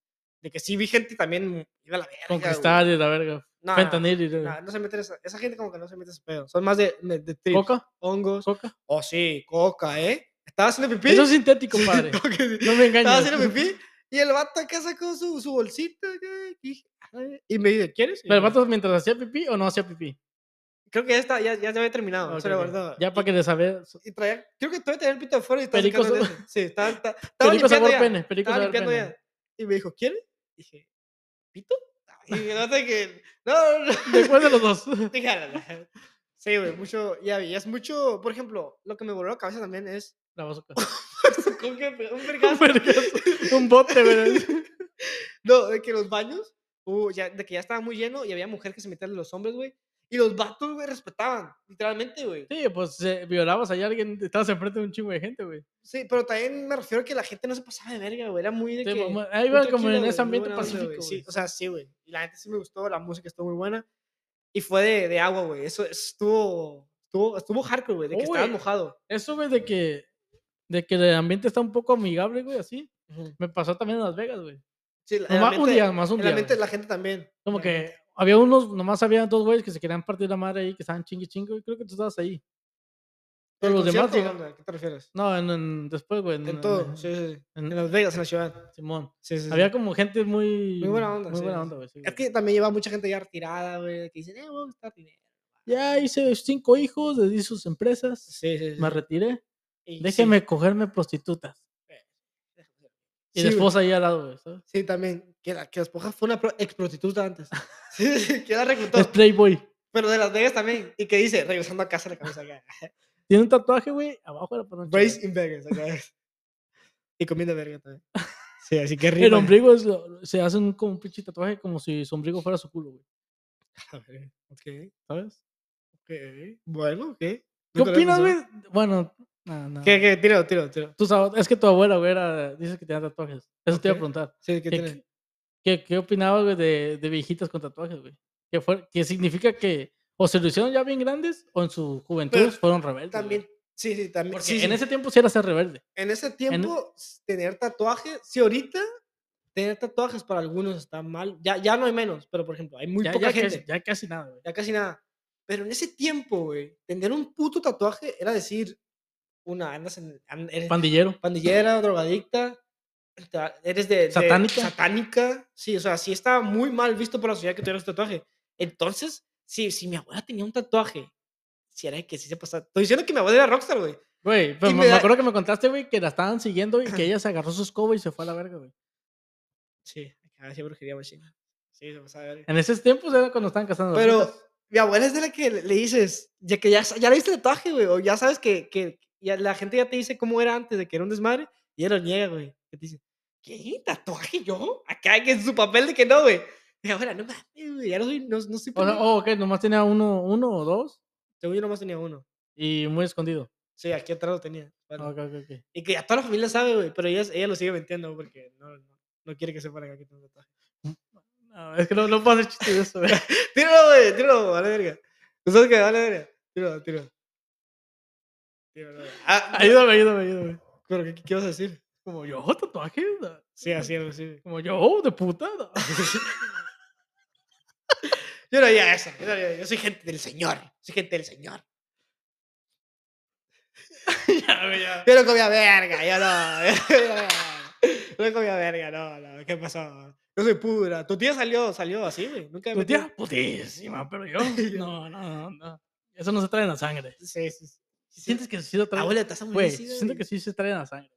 [SPEAKER 1] De que sí vi gente también iba a la verga.
[SPEAKER 2] Con
[SPEAKER 1] güey.
[SPEAKER 2] cristal y la verga.
[SPEAKER 1] No, no,
[SPEAKER 2] Fentanil y
[SPEAKER 1] no,
[SPEAKER 2] la
[SPEAKER 1] no, no se meten esa, esa gente como que no se mete ese pedo. Son más de, de, de trip,
[SPEAKER 2] coca,
[SPEAKER 1] hongos.
[SPEAKER 2] coca.
[SPEAKER 1] Oh, sí, coca, ¿eh? Estaba haciendo pipí.
[SPEAKER 2] Eso es sintético,
[SPEAKER 1] Sí,
[SPEAKER 2] padre.
[SPEAKER 1] como que sí.
[SPEAKER 2] No
[SPEAKER 1] Estaba
[SPEAKER 2] me engañes.
[SPEAKER 1] haciendo pipí y el vato acá sacó su, su bolsita acá, y, dije, "Ay", y me dice, ¿quieres? Y
[SPEAKER 2] Pero el
[SPEAKER 1] yo,
[SPEAKER 2] vato mientras hacía pipí o no hacía pipí.
[SPEAKER 1] Creo que ya, está, ya, ya se había terminado.
[SPEAKER 2] Ok,
[SPEAKER 1] se lo
[SPEAKER 2] ok.
[SPEAKER 1] guardaba.
[SPEAKER 2] Ya para que le sabe.
[SPEAKER 1] Y traía, creo que todavía tenía el pito afuera y estaba
[SPEAKER 2] Perico
[SPEAKER 1] sacando el
[SPEAKER 2] sabor-
[SPEAKER 1] de ese. Sí, estaba, estaba, estaba
[SPEAKER 2] Perico
[SPEAKER 1] limpiando
[SPEAKER 2] sabor
[SPEAKER 1] ya.
[SPEAKER 2] pene, perico
[SPEAKER 1] estaba
[SPEAKER 2] sabor
[SPEAKER 1] limpiando ya.
[SPEAKER 2] pene.
[SPEAKER 1] Y me dijo, ¿quieres? Dije, ¿pito? Y me nota que. No, no, no.
[SPEAKER 2] Después de los dos.
[SPEAKER 1] Dije, "A la la". Sí, güey, mucho. Ya vi, es mucho. Por ejemplo, lo que me voló la cabeza también es.
[SPEAKER 2] La bazooka.
[SPEAKER 1] ¿Con qué? pe- Un
[SPEAKER 2] Un
[SPEAKER 1] vergazo.
[SPEAKER 2] vergazo, Un bote, güey.
[SPEAKER 1] No, de que los baños. Uh, ya, de que ya estaba muy lleno y había mujer que se metía de los hombres, güey. Y Y los vatos, güey, respetaban, literalmente, güey.
[SPEAKER 2] Sí, pues eh, violabas allá a alguien, estabas enfrente de un chingo de gente, güey.
[SPEAKER 1] Sí, pero también me refiero a que la gente no se pasaba de verga, güey. Era muy de
[SPEAKER 2] Sí,
[SPEAKER 1] que...
[SPEAKER 2] pues, ma- ahí
[SPEAKER 1] muy
[SPEAKER 2] va como
[SPEAKER 1] tranquila,
[SPEAKER 2] en
[SPEAKER 1] güey,
[SPEAKER 2] ese
[SPEAKER 1] muy
[SPEAKER 2] ambiente
[SPEAKER 1] buena onda,
[SPEAKER 2] pacífico.
[SPEAKER 1] güey.
[SPEAKER 2] güey.
[SPEAKER 1] Sí, o sea, sí, güey. Y la gente sí me gustó, la música estuvo muy buena. Y fue de, de agua, güey. Eso estuvo, estuvo, estuvo hardcore, güey, de que
[SPEAKER 2] Oh,
[SPEAKER 1] estaba
[SPEAKER 2] güey.
[SPEAKER 1] mojado.
[SPEAKER 2] Eso, güey, de que, de que el ambiente está un poco amigable, güey, así. Me pasó también en Las Vegas, güey.
[SPEAKER 1] Sí, la- el
[SPEAKER 2] Nomás un
[SPEAKER 1] ambiente-
[SPEAKER 2] día, más un
[SPEAKER 1] el
[SPEAKER 2] día.
[SPEAKER 1] ambiente de
[SPEAKER 2] güey.
[SPEAKER 1] la gente también.
[SPEAKER 2] Como que
[SPEAKER 1] obviamente.
[SPEAKER 2] había unos, nomás había dos güeyes que se querían partir la madre ahí, que estaban chingue chingue, güey. Creo que tú estabas ahí.
[SPEAKER 1] ¿En
[SPEAKER 2] Pero
[SPEAKER 1] el
[SPEAKER 2] los demás
[SPEAKER 1] concierto o
[SPEAKER 2] llegan-
[SPEAKER 1] dónde? ¿A qué te refieres?
[SPEAKER 2] No, en, en- después, güey.
[SPEAKER 1] En todo, sí, sí, sí.
[SPEAKER 2] en-
[SPEAKER 1] En Las Vegas, en la ciudad.
[SPEAKER 2] Simón.
[SPEAKER 1] Sí, sí, sí.
[SPEAKER 2] Había como gente muy.
[SPEAKER 1] Muy buena onda,
[SPEAKER 2] Muy
[SPEAKER 1] sí,
[SPEAKER 2] buena
[SPEAKER 1] sí.
[SPEAKER 2] onda, güey. sí,
[SPEAKER 1] Es
[SPEAKER 2] güey.
[SPEAKER 1] que también lleva mucha gente ya retirada, güey, que dicen, eh, voy a gastar dinero.
[SPEAKER 2] Ya hice cinco hijos, de sus empresas.
[SPEAKER 1] Sí, sí, sí.
[SPEAKER 2] Me retiré.
[SPEAKER 1] Y sí,
[SPEAKER 2] Déjeme cogerme prostitutas. Y
[SPEAKER 1] sí,
[SPEAKER 2] la
[SPEAKER 1] güey.
[SPEAKER 2] esposa ahí al lado, güey. ¿sabes?
[SPEAKER 1] Sí, también. Que la, que la esposa fue una pro- ex prostituta antes. Sí, sí, que la reclutó.
[SPEAKER 2] Es Playboy.
[SPEAKER 1] Pero de Las Vegas también. Y que dice, regresando a casa la cabeza acá.
[SPEAKER 2] Tiene un tatuaje, güey, abajo de la panocha.
[SPEAKER 1] Brace in Vegas acá. Y comiendo verga también. Sí, así que rima.
[SPEAKER 2] El ombligo es lo- se hace un, como un pinche tatuaje como si su ombligo fuera su culo, güey.
[SPEAKER 1] A ver, Ok,
[SPEAKER 2] ¿Sabes?
[SPEAKER 1] ok. Bueno, ok.
[SPEAKER 2] ¿Qué
[SPEAKER 1] Nunca lo he
[SPEAKER 2] opinas,
[SPEAKER 1] pensado.
[SPEAKER 2] güey? Bueno, no, no.
[SPEAKER 1] ¿Qué, qué? Tiro, tiro, tiro.
[SPEAKER 2] Tú sabes, es que tu abuela, güey, era, dices que tenía tatuajes. Eso te iba
[SPEAKER 1] Ok.
[SPEAKER 2] a preguntar.
[SPEAKER 1] Sí, ¿qué
[SPEAKER 2] ¿Qué,
[SPEAKER 1] tiene?
[SPEAKER 2] qué- qué opinabas, güey, de, de viejitas con tatuajes, güey? ¿Qué, fue, ¿Qué significa que o se lo hicieron ya bien grandes o en su juventud
[SPEAKER 1] Pero
[SPEAKER 2] fueron rebeldes? güey?
[SPEAKER 1] También. Sí, sí, también.
[SPEAKER 2] Porque
[SPEAKER 1] sí,
[SPEAKER 2] en
[SPEAKER 1] sí.
[SPEAKER 2] ese tiempo sí era ser rebelde.
[SPEAKER 1] En ese tiempo, s- tener tatuajes, si ahorita tener tatuajes para algunos está mal, ya, ya no hay menos, pero por ejemplo, hay muy
[SPEAKER 2] ya,
[SPEAKER 1] poca
[SPEAKER 2] ya
[SPEAKER 1] gente,
[SPEAKER 2] Casi, ya casi nada, güey.
[SPEAKER 1] ya casi nada. Pero en ese tiempo, güey, tener un puto tatuaje era decir, una, andas en, an- eres
[SPEAKER 2] Pandillero.
[SPEAKER 1] pandillera, drogadicta, te va- eres de, de-
[SPEAKER 2] Satánica.
[SPEAKER 1] satánica, sí, o sea, sí estaba muy mal visto por la sociedad que tuvieras tatuaje. Entonces, si, si mi abuela tenía un tatuaje, si era que sí se pasaba, estoy diciendo que mi abuela era rockstar, güey.
[SPEAKER 2] Güey, pero
[SPEAKER 1] Y
[SPEAKER 2] me,
[SPEAKER 1] me
[SPEAKER 2] me
[SPEAKER 1] da-
[SPEAKER 2] acuerdo que me contaste, güey, que la estaban siguiendo y que ella se agarró su escoba y se fue a la verga, güey.
[SPEAKER 1] Sí, acá hacía brujería machina. Sí, se pasaba de verga.
[SPEAKER 2] En esos tiempos era cuando estaban casando. las
[SPEAKER 1] Pero
[SPEAKER 2] rucas.
[SPEAKER 1] mi abuela es de la que le le dices, ya que ya, sa- ya le diste el tatuaje, güey, o ya sabes que, que ya la gente ya te dice cómo era antes de que era un desmadre, y ella lo niega, güey. Que te dice, ¿qué? ¿Tatuaje yo? Acá que en su papel de que no, güey. Y ahora, no mames, güey, ya no soy, no, no soy
[SPEAKER 2] O sea,
[SPEAKER 1] pendejo".
[SPEAKER 2] oh, ok, nomás tenía uno, uno o dos
[SPEAKER 1] Según yo nomás tenía uno.
[SPEAKER 2] y muy escondido.
[SPEAKER 1] Sí, aquí atrás lo tenía. bueno,
[SPEAKER 2] Ok, ok, ok.
[SPEAKER 1] Y que ya toda la familia sabe, güey, pero ella, ella lo sigue mintiendo güey, porque no, no, no quiere que sepan acá que tengo un tatuaje.
[SPEAKER 2] No, es que no, no puedo hacer chiste de eso, güey.
[SPEAKER 1] Tíralo, güey, tíralo, vale verga. ¿Tú sabes qué? Vale verga. Tíralo, tíralo. Tíralo, güey. Ah,
[SPEAKER 2] Ayúdame, ayúdame, ayúdame.
[SPEAKER 1] ¿Pero qué, qué vas a decir?
[SPEAKER 2] Como yo, "Oh, tatuaje. no.
[SPEAKER 1] Sí, así es, sí.
[SPEAKER 2] Como yo, "Oh, de puta. no.
[SPEAKER 1] Yo no haría eso. Yo, no haría- yo soy gente del Señor. Soy gente del Señor.
[SPEAKER 2] Ya, güey, ya.
[SPEAKER 1] Yo no comía verga. Yo no. yo no- yo no comía verga. No, no. ¿Qué pasó? Yo soy pura. Tu tía salió, salió así, güey. Nunca me
[SPEAKER 2] Tu
[SPEAKER 1] metió-
[SPEAKER 2] tía, putísima, pero yo. No, no, no, no. Eso no se trae en la sangre.
[SPEAKER 1] Sí, sí. sí.
[SPEAKER 2] ¿Sientes que sí lo trae?
[SPEAKER 1] Abuela, estás
[SPEAKER 2] Güey,
[SPEAKER 1] amolecida,
[SPEAKER 2] siento
[SPEAKER 1] güey.
[SPEAKER 2] que sí se trae en la sangre.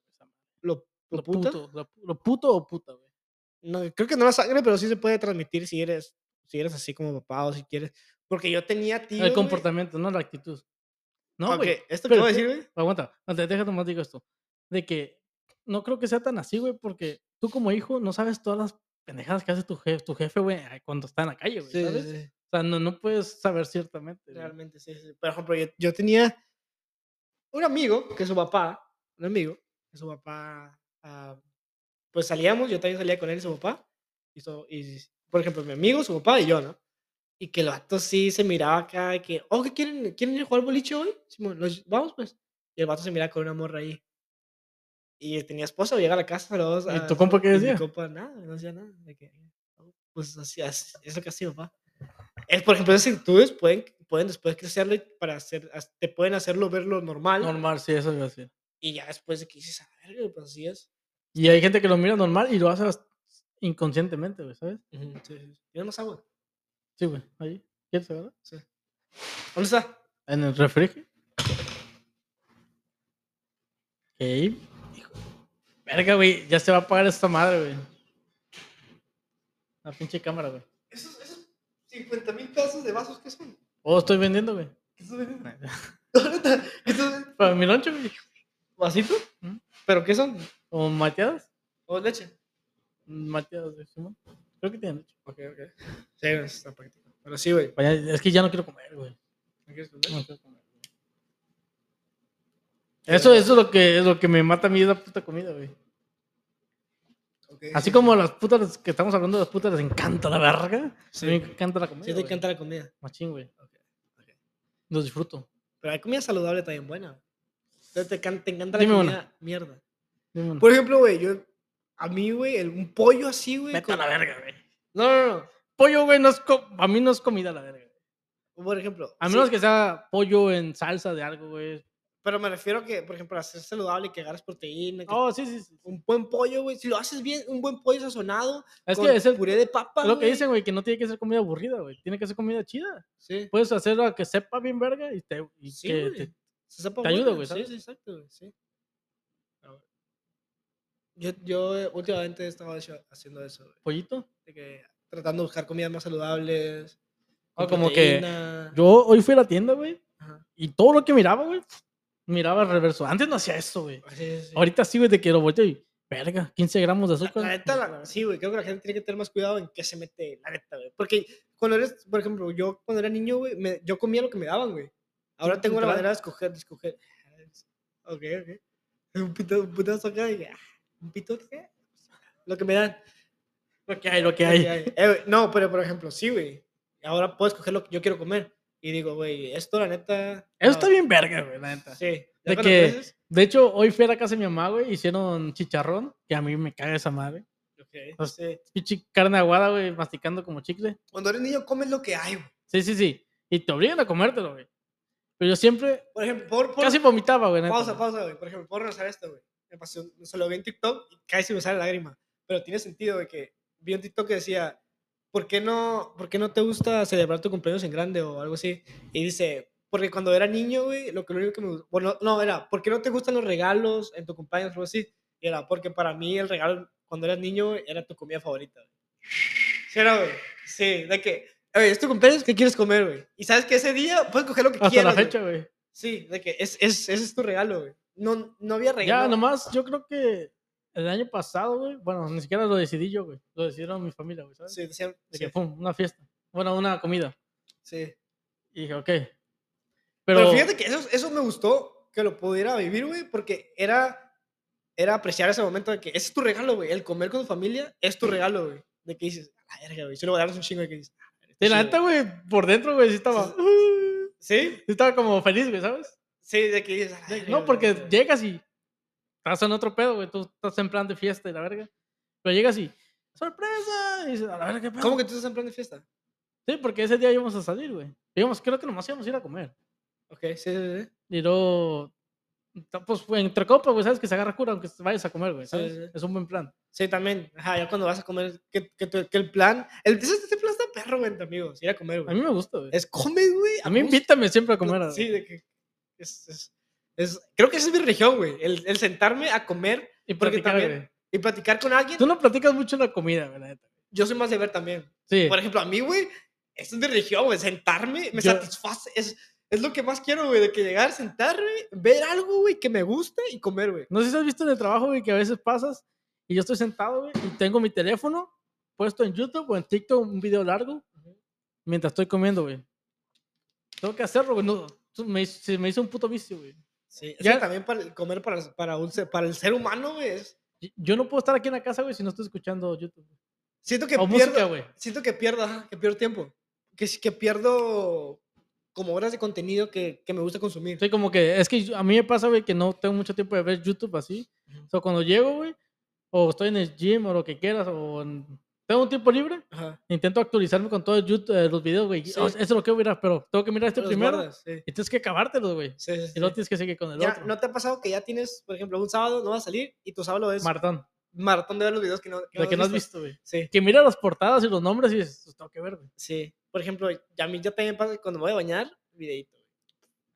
[SPEAKER 1] Lo, lo
[SPEAKER 2] Lo
[SPEAKER 1] puto.
[SPEAKER 2] puto, lo, lo puto o puta, güey.
[SPEAKER 1] No, creo que no la sangre, pero sí se puede transmitir si eres, si eres así como papá o si quieres. Porque yo tenía tío.
[SPEAKER 2] El comportamiento, no la actitud. No, güey.
[SPEAKER 1] ¿Esto que
[SPEAKER 2] pero
[SPEAKER 1] voy a
[SPEAKER 2] tú-
[SPEAKER 1] decir, güey?
[SPEAKER 2] Aguanta, antes deja nomás digo esto. De que no creo que sea tan así, güey, porque tú como hijo no sabes todas las pendejadas que hace tu jefe, tu jefe, güey, ay, cuando está en la calle, güey, ¿sabes? O sea, no, no puedes saber ciertamente. güey.
[SPEAKER 1] Realmente, sí, sí. Por ejemplo, yo, yo tenía un amigo que su papá, un amigo, que su papá, ah, pues salíamos, yo también salía con él y su papá. Y, so- y, por ejemplo, mi amigo, su papá y yo, ¿no? Y que el vato sí se miraba acá, de que, oh, ¿qué quieren, ¿quieren ir a jugar boliche hoy? Simón, "Nos- vamos pues. Y el vato se miraba con una morra ahí. Y tenía esposa, llega a la casa, los. ah,
[SPEAKER 2] ¿Y tu compa qué
[SPEAKER 1] y mi
[SPEAKER 2] decía?
[SPEAKER 1] compa, nada, no decía nada. de que, "Oh, pues así, así- es lo que hacía, papá. Es, por ejemplo, esas actitudes pueden, pueden después crecerlo y para hacer, as- te pueden hacerlo verlo normal.
[SPEAKER 2] Normal, sí, eso es así.
[SPEAKER 1] Y ya después de que dices, a ver, güey, pues así es.
[SPEAKER 2] Y hay gente que lo mira normal y lo hace bast- inconscientemente, güey, ¿sabes?
[SPEAKER 1] Sí, sí, sí. Mira más agua.
[SPEAKER 2] Sí, güey, ahí. ¿Quieres agarrar?
[SPEAKER 1] ¿Dónde está?
[SPEAKER 2] En el refrigerio. Ey, hijo. Verga, güey, ya se va a apagar esta madre, güey. La pinche cámara, güey.
[SPEAKER 1] Esos, esos 50 mil pedazos de vasos, ¿qué son?
[SPEAKER 2] Oh, estoy vendiendo, güey.
[SPEAKER 1] ¿Qué estás vendiendo? ¿Dónde está?
[SPEAKER 2] Para mi lonche, güey.
[SPEAKER 1] ¿Vasito?
[SPEAKER 2] ¿Mm?
[SPEAKER 1] ¿Pero qué son?
[SPEAKER 2] O mateadas.
[SPEAKER 1] ¿O leche?
[SPEAKER 2] Mateadas, güey. Simón. Creo que tienen leche.
[SPEAKER 1] Ok, ok. Sí, no, está práctico. Pero sí, güey.
[SPEAKER 2] Vaya, Es que ya no quiero comer, güey.
[SPEAKER 1] ¿Me quieres
[SPEAKER 2] Ya
[SPEAKER 1] contar?
[SPEAKER 2] no quiero comer, güey. Eso, eso es lo que es lo que me mata a mí es la puta comida, güey.
[SPEAKER 1] Ok,
[SPEAKER 2] Así
[SPEAKER 1] sí.
[SPEAKER 2] como a las putas que estamos hablando de las putas les encanta la verga.
[SPEAKER 1] Sí.
[SPEAKER 2] A mí me encanta la comida.
[SPEAKER 1] Sí, te
[SPEAKER 2] güey.
[SPEAKER 1] encanta la comida.
[SPEAKER 2] Machín, güey.
[SPEAKER 1] Ok, ok.
[SPEAKER 2] Los disfruto.
[SPEAKER 1] Pero hay comida saludable también buena. Entonces te, can- te encanta
[SPEAKER 2] Dime
[SPEAKER 1] la
[SPEAKER 2] una.
[SPEAKER 1] comida mierda.
[SPEAKER 2] Dime una.
[SPEAKER 1] Por ejemplo, güey, yo. A mí, güey, el- un pollo así, güey.
[SPEAKER 2] Vete a
[SPEAKER 1] con-
[SPEAKER 2] la verga, güey.
[SPEAKER 1] No, no, no.
[SPEAKER 2] Pollo, güey, no es co- a mí no es comida la verga.
[SPEAKER 1] Por ejemplo.
[SPEAKER 2] A
[SPEAKER 1] sí,
[SPEAKER 2] menos que sea pollo en salsa de algo, güey.
[SPEAKER 1] Pero me refiero a que, por ejemplo, hacer saludable, que agarras proteína. que-
[SPEAKER 2] Oh, sí, sí. sí.
[SPEAKER 1] Un buen pollo, güey. Si lo haces bien, un buen pollo sazonado.
[SPEAKER 2] Es
[SPEAKER 1] con
[SPEAKER 2] que es el-
[SPEAKER 1] puré de papa.
[SPEAKER 2] lo que
[SPEAKER 1] güey.
[SPEAKER 2] dicen, güey, que no tiene que ser comida aburrida, güey. Tiene que ser comida chida.
[SPEAKER 1] Sí.
[SPEAKER 2] Puedes hacerla que sepa bien verga y te. y
[SPEAKER 1] Sí,
[SPEAKER 2] que
[SPEAKER 1] güey.
[SPEAKER 2] te-
[SPEAKER 1] Se sepa
[SPEAKER 2] te ayuda,
[SPEAKER 1] buena,
[SPEAKER 2] güey,
[SPEAKER 1] Sí,
[SPEAKER 2] ¿sabes?
[SPEAKER 1] sí, exacto, güey. Sí. Yo, yo eh, últimamente he estado hacia- haciendo eso, güey.
[SPEAKER 2] pollito.
[SPEAKER 1] De que tratando de buscar comidas más saludables.
[SPEAKER 2] Ah,
[SPEAKER 1] con
[SPEAKER 2] como que
[SPEAKER 1] proteína.
[SPEAKER 2] Yo hoy fui a la tienda, güey,
[SPEAKER 1] Ajá.
[SPEAKER 2] y todo lo que miraba, güey, miraba al reverso. Antes no hacía eso, güey.
[SPEAKER 1] Sí, sí, sí.
[SPEAKER 2] Ahorita sí, güey, te quiero volteo y. Verga, 15 gramos de
[SPEAKER 1] La-
[SPEAKER 2] azúcar.
[SPEAKER 1] La neta, la- sí, güey, creo que la gente tiene que tener más cuidado en qué se mete, la neta, güey. Porque cuando eres, por ejemplo, yo cuando era niño, güey, me- yo comía lo que me daban, güey. Ahora
[SPEAKER 2] Sí,
[SPEAKER 1] tengo la
[SPEAKER 2] literal.
[SPEAKER 1] manera de escoger, de escoger. Ok, ok. Un pito, un pitazo acá y, ah, un pito, ¿qué? Lo que me dan.
[SPEAKER 2] Lo que hay, lo que
[SPEAKER 1] lo
[SPEAKER 2] hay.
[SPEAKER 1] que hay. Eh, güey, no, pero por ejemplo, sí, güey. Ahora puedo escoger lo que yo quiero comer. Y digo, güey, esto, la neta. no,
[SPEAKER 2] Eso está bien verga, güey, la neta.
[SPEAKER 1] Sí. Ya
[SPEAKER 2] De
[SPEAKER 1] cuando
[SPEAKER 2] que-
[SPEAKER 1] creces,
[SPEAKER 2] De hecho, hoy fui a la casa de mi mamá, güey, hicieron chicharrón, que a mí me caga esa madre.
[SPEAKER 1] ok,
[SPEAKER 2] O
[SPEAKER 1] sí.
[SPEAKER 2] Pichi carne aguada, güey, masticando como chicle.
[SPEAKER 1] Cuando eres niño, comes lo que hay, güey.
[SPEAKER 2] Sí, sí, sí. Y te obligan a comértelo, güey. Pero yo siempre
[SPEAKER 1] Por ejemplo, por, por,
[SPEAKER 2] casi vomitaba, güey. neta,
[SPEAKER 1] Pausa,
[SPEAKER 2] güey.
[SPEAKER 1] pausa, güey. Por ejemplo, puedo regresar a esto, güey. Me pasó, un- se lo vi en TikTok y casi me sale la lágrima. Pero tiene sentido de que vi un TikTok que decía, ¿por qué no, por qué no te gusta celebrar tu cumpleaños en grande o algo así? Y dice, porque cuando era niño, güey, lo que lo único que me gustó, bueno, no, era, ¿por qué no te gustan los regalos en tu cumpleaños o algo así? Y era, porque para mí el regalo cuando eras niño güey, era tu comida favorita, güey. Sí, era, güey. Sí, de que, oye, es tu cumpleaños, ¿qué quieres comer, güey? Y sabes que ese día puedes coger lo que
[SPEAKER 2] Hasta
[SPEAKER 1] quieras.
[SPEAKER 2] la
[SPEAKER 1] güey.
[SPEAKER 2] fecha, güey.
[SPEAKER 1] Sí, de que es, es, ese es tu regalo, güey. No, no había regalo.
[SPEAKER 2] Ya, nomás, yo creo que el año pasado, güey, bueno, ni siquiera lo decidí yo, güey. Lo decidieron mi familia, güey, ¿sabes?
[SPEAKER 1] Sí, decían-
[SPEAKER 2] De
[SPEAKER 1] sí,
[SPEAKER 2] que, pum, una fiesta. Bueno, una comida.
[SPEAKER 1] sí.
[SPEAKER 2] Y dije, ok. Pero,
[SPEAKER 1] Pero, fíjate que eso, eso me gustó que lo pudiera vivir, güey, porque era, era apreciar ese momento de que ese es tu regalo, güey. El comer con tu familia es tu regalo, güey. De que dices, a la verga, güey. Si lo darles un chingo de que dices, "Ah, está
[SPEAKER 2] de la
[SPEAKER 1] chido,
[SPEAKER 2] neta, güey, por dentro, güey, sí estaba.
[SPEAKER 1] Sí, Sí,
[SPEAKER 2] sí estaba como feliz, güey, ¿sabes?
[SPEAKER 1] sí, de que dices, "A la
[SPEAKER 2] De-
[SPEAKER 1] verga,
[SPEAKER 2] No,
[SPEAKER 1] güey,
[SPEAKER 2] porque
[SPEAKER 1] sí".
[SPEAKER 2] llegas y estás en otro pedo, güey. Tú estás en plan de fiesta y la verga. Pero llegas y. ¡Sorpresa! Y dices, a la verga, ¿qué pedo?
[SPEAKER 1] ¿Cómo que tú estás en plan de fiesta?
[SPEAKER 2] Sí, porque ese día íbamos a salir, güey. Íbamos, creo que nomás íbamos a ir a comer.
[SPEAKER 1] Ok, sí, sí, sí.
[SPEAKER 2] Y luego. ta- Pues fue entre copas, güey, sabes que se agarra cura aunque vayas a comer, güey,
[SPEAKER 1] Sí,
[SPEAKER 2] ¿sabes?
[SPEAKER 1] sí, sí.
[SPEAKER 2] Es un buen plan.
[SPEAKER 1] Sí, también. Ajá, ya cuando vas a comer, que, que, tu- que el plan. El, ese, ese plan está perro, güey, entre amigos. Ir a comer,
[SPEAKER 2] A
[SPEAKER 1] güey.
[SPEAKER 2] mí me gusta, güey.
[SPEAKER 1] Es come, güey.
[SPEAKER 2] A mí
[SPEAKER 1] gusto.
[SPEAKER 2] invítame siempre a
[SPEAKER 1] Yo-
[SPEAKER 2] comer. a-
[SPEAKER 1] Sí, de que es, es- es- creo que esa es mi religión, güey. El, el sentarme a comer
[SPEAKER 2] y
[SPEAKER 1] porque
[SPEAKER 2] platicar,
[SPEAKER 1] también-
[SPEAKER 2] güey.
[SPEAKER 1] y platicar con alguien.
[SPEAKER 2] Tú no platicas mucho en la comida, güey, la neta.
[SPEAKER 1] Yo soy más de ver también.
[SPEAKER 2] Sí.
[SPEAKER 1] Por ejemplo, a mí, güey, eso es mi religión, güey. Sentarme me
[SPEAKER 2] Yo-
[SPEAKER 1] satisface. Es, es lo que más quiero, güey. De que llegar, sentarme, ver algo, güey, que me guste y comer, güey.
[SPEAKER 2] No sé si has visto en el trabajo, güey, que a veces pasas y yo estoy sentado, güey, y tengo mi teléfono puesto en YouTube o en TikTok un video largo mientras estoy comiendo, güey. Tengo que hacerlo, güey. No, tú- me, hizo- se me hizo un puto vicio, güey.
[SPEAKER 1] Sí,
[SPEAKER 2] Ya-
[SPEAKER 1] también para el comer para, para, un ser- para el ser humano, güey. es-
[SPEAKER 2] Y- Yo no puedo estar aquí en la casa, güey, si no estoy escuchando YouTube. güey.
[SPEAKER 1] Siento que
[SPEAKER 2] O
[SPEAKER 1] pierdo.
[SPEAKER 2] música, güey.
[SPEAKER 1] Siento que pierdo, ajá, que pierdo tiempo. Que, sí- que pierdo como horas de contenido que, que me gusta consumir.
[SPEAKER 2] Estoy como que, es que yo- a mí me pasa, güey, que no tengo mucho tiempo de ver YouTube así. O sea, cuando llego, güey, o estoy en el gym o lo que quieras, o en- tengo un tiempo libre,
[SPEAKER 1] Ajá.
[SPEAKER 2] intento actualizarme con todos eh, los videos, güey.
[SPEAKER 1] Sí.
[SPEAKER 2] O- Eso es lo que voy a mirar, pero tengo que mirar este
[SPEAKER 1] Los
[SPEAKER 2] primero.
[SPEAKER 1] guardas, sí.
[SPEAKER 2] Y tienes que acabártelos, güey.
[SPEAKER 1] Sí, sí,
[SPEAKER 2] Y luego
[SPEAKER 1] sí.
[SPEAKER 2] tienes que seguir con el
[SPEAKER 1] Ya,
[SPEAKER 2] otro.
[SPEAKER 1] ¿No te ha pasado que ya tienes, por ejemplo, un sábado no vas a salir y tu sábado es
[SPEAKER 2] Martón,
[SPEAKER 1] maratón de ver los videos que no,
[SPEAKER 2] de que no has visto, güey.
[SPEAKER 1] Sí,
[SPEAKER 2] Que mira las portadas y los nombres y dices, "Pues, tengo que ver, güey.
[SPEAKER 1] sí. Por ejemplo, ya a mí ya también pasa que cuando me voy a bañar, videíto. güey.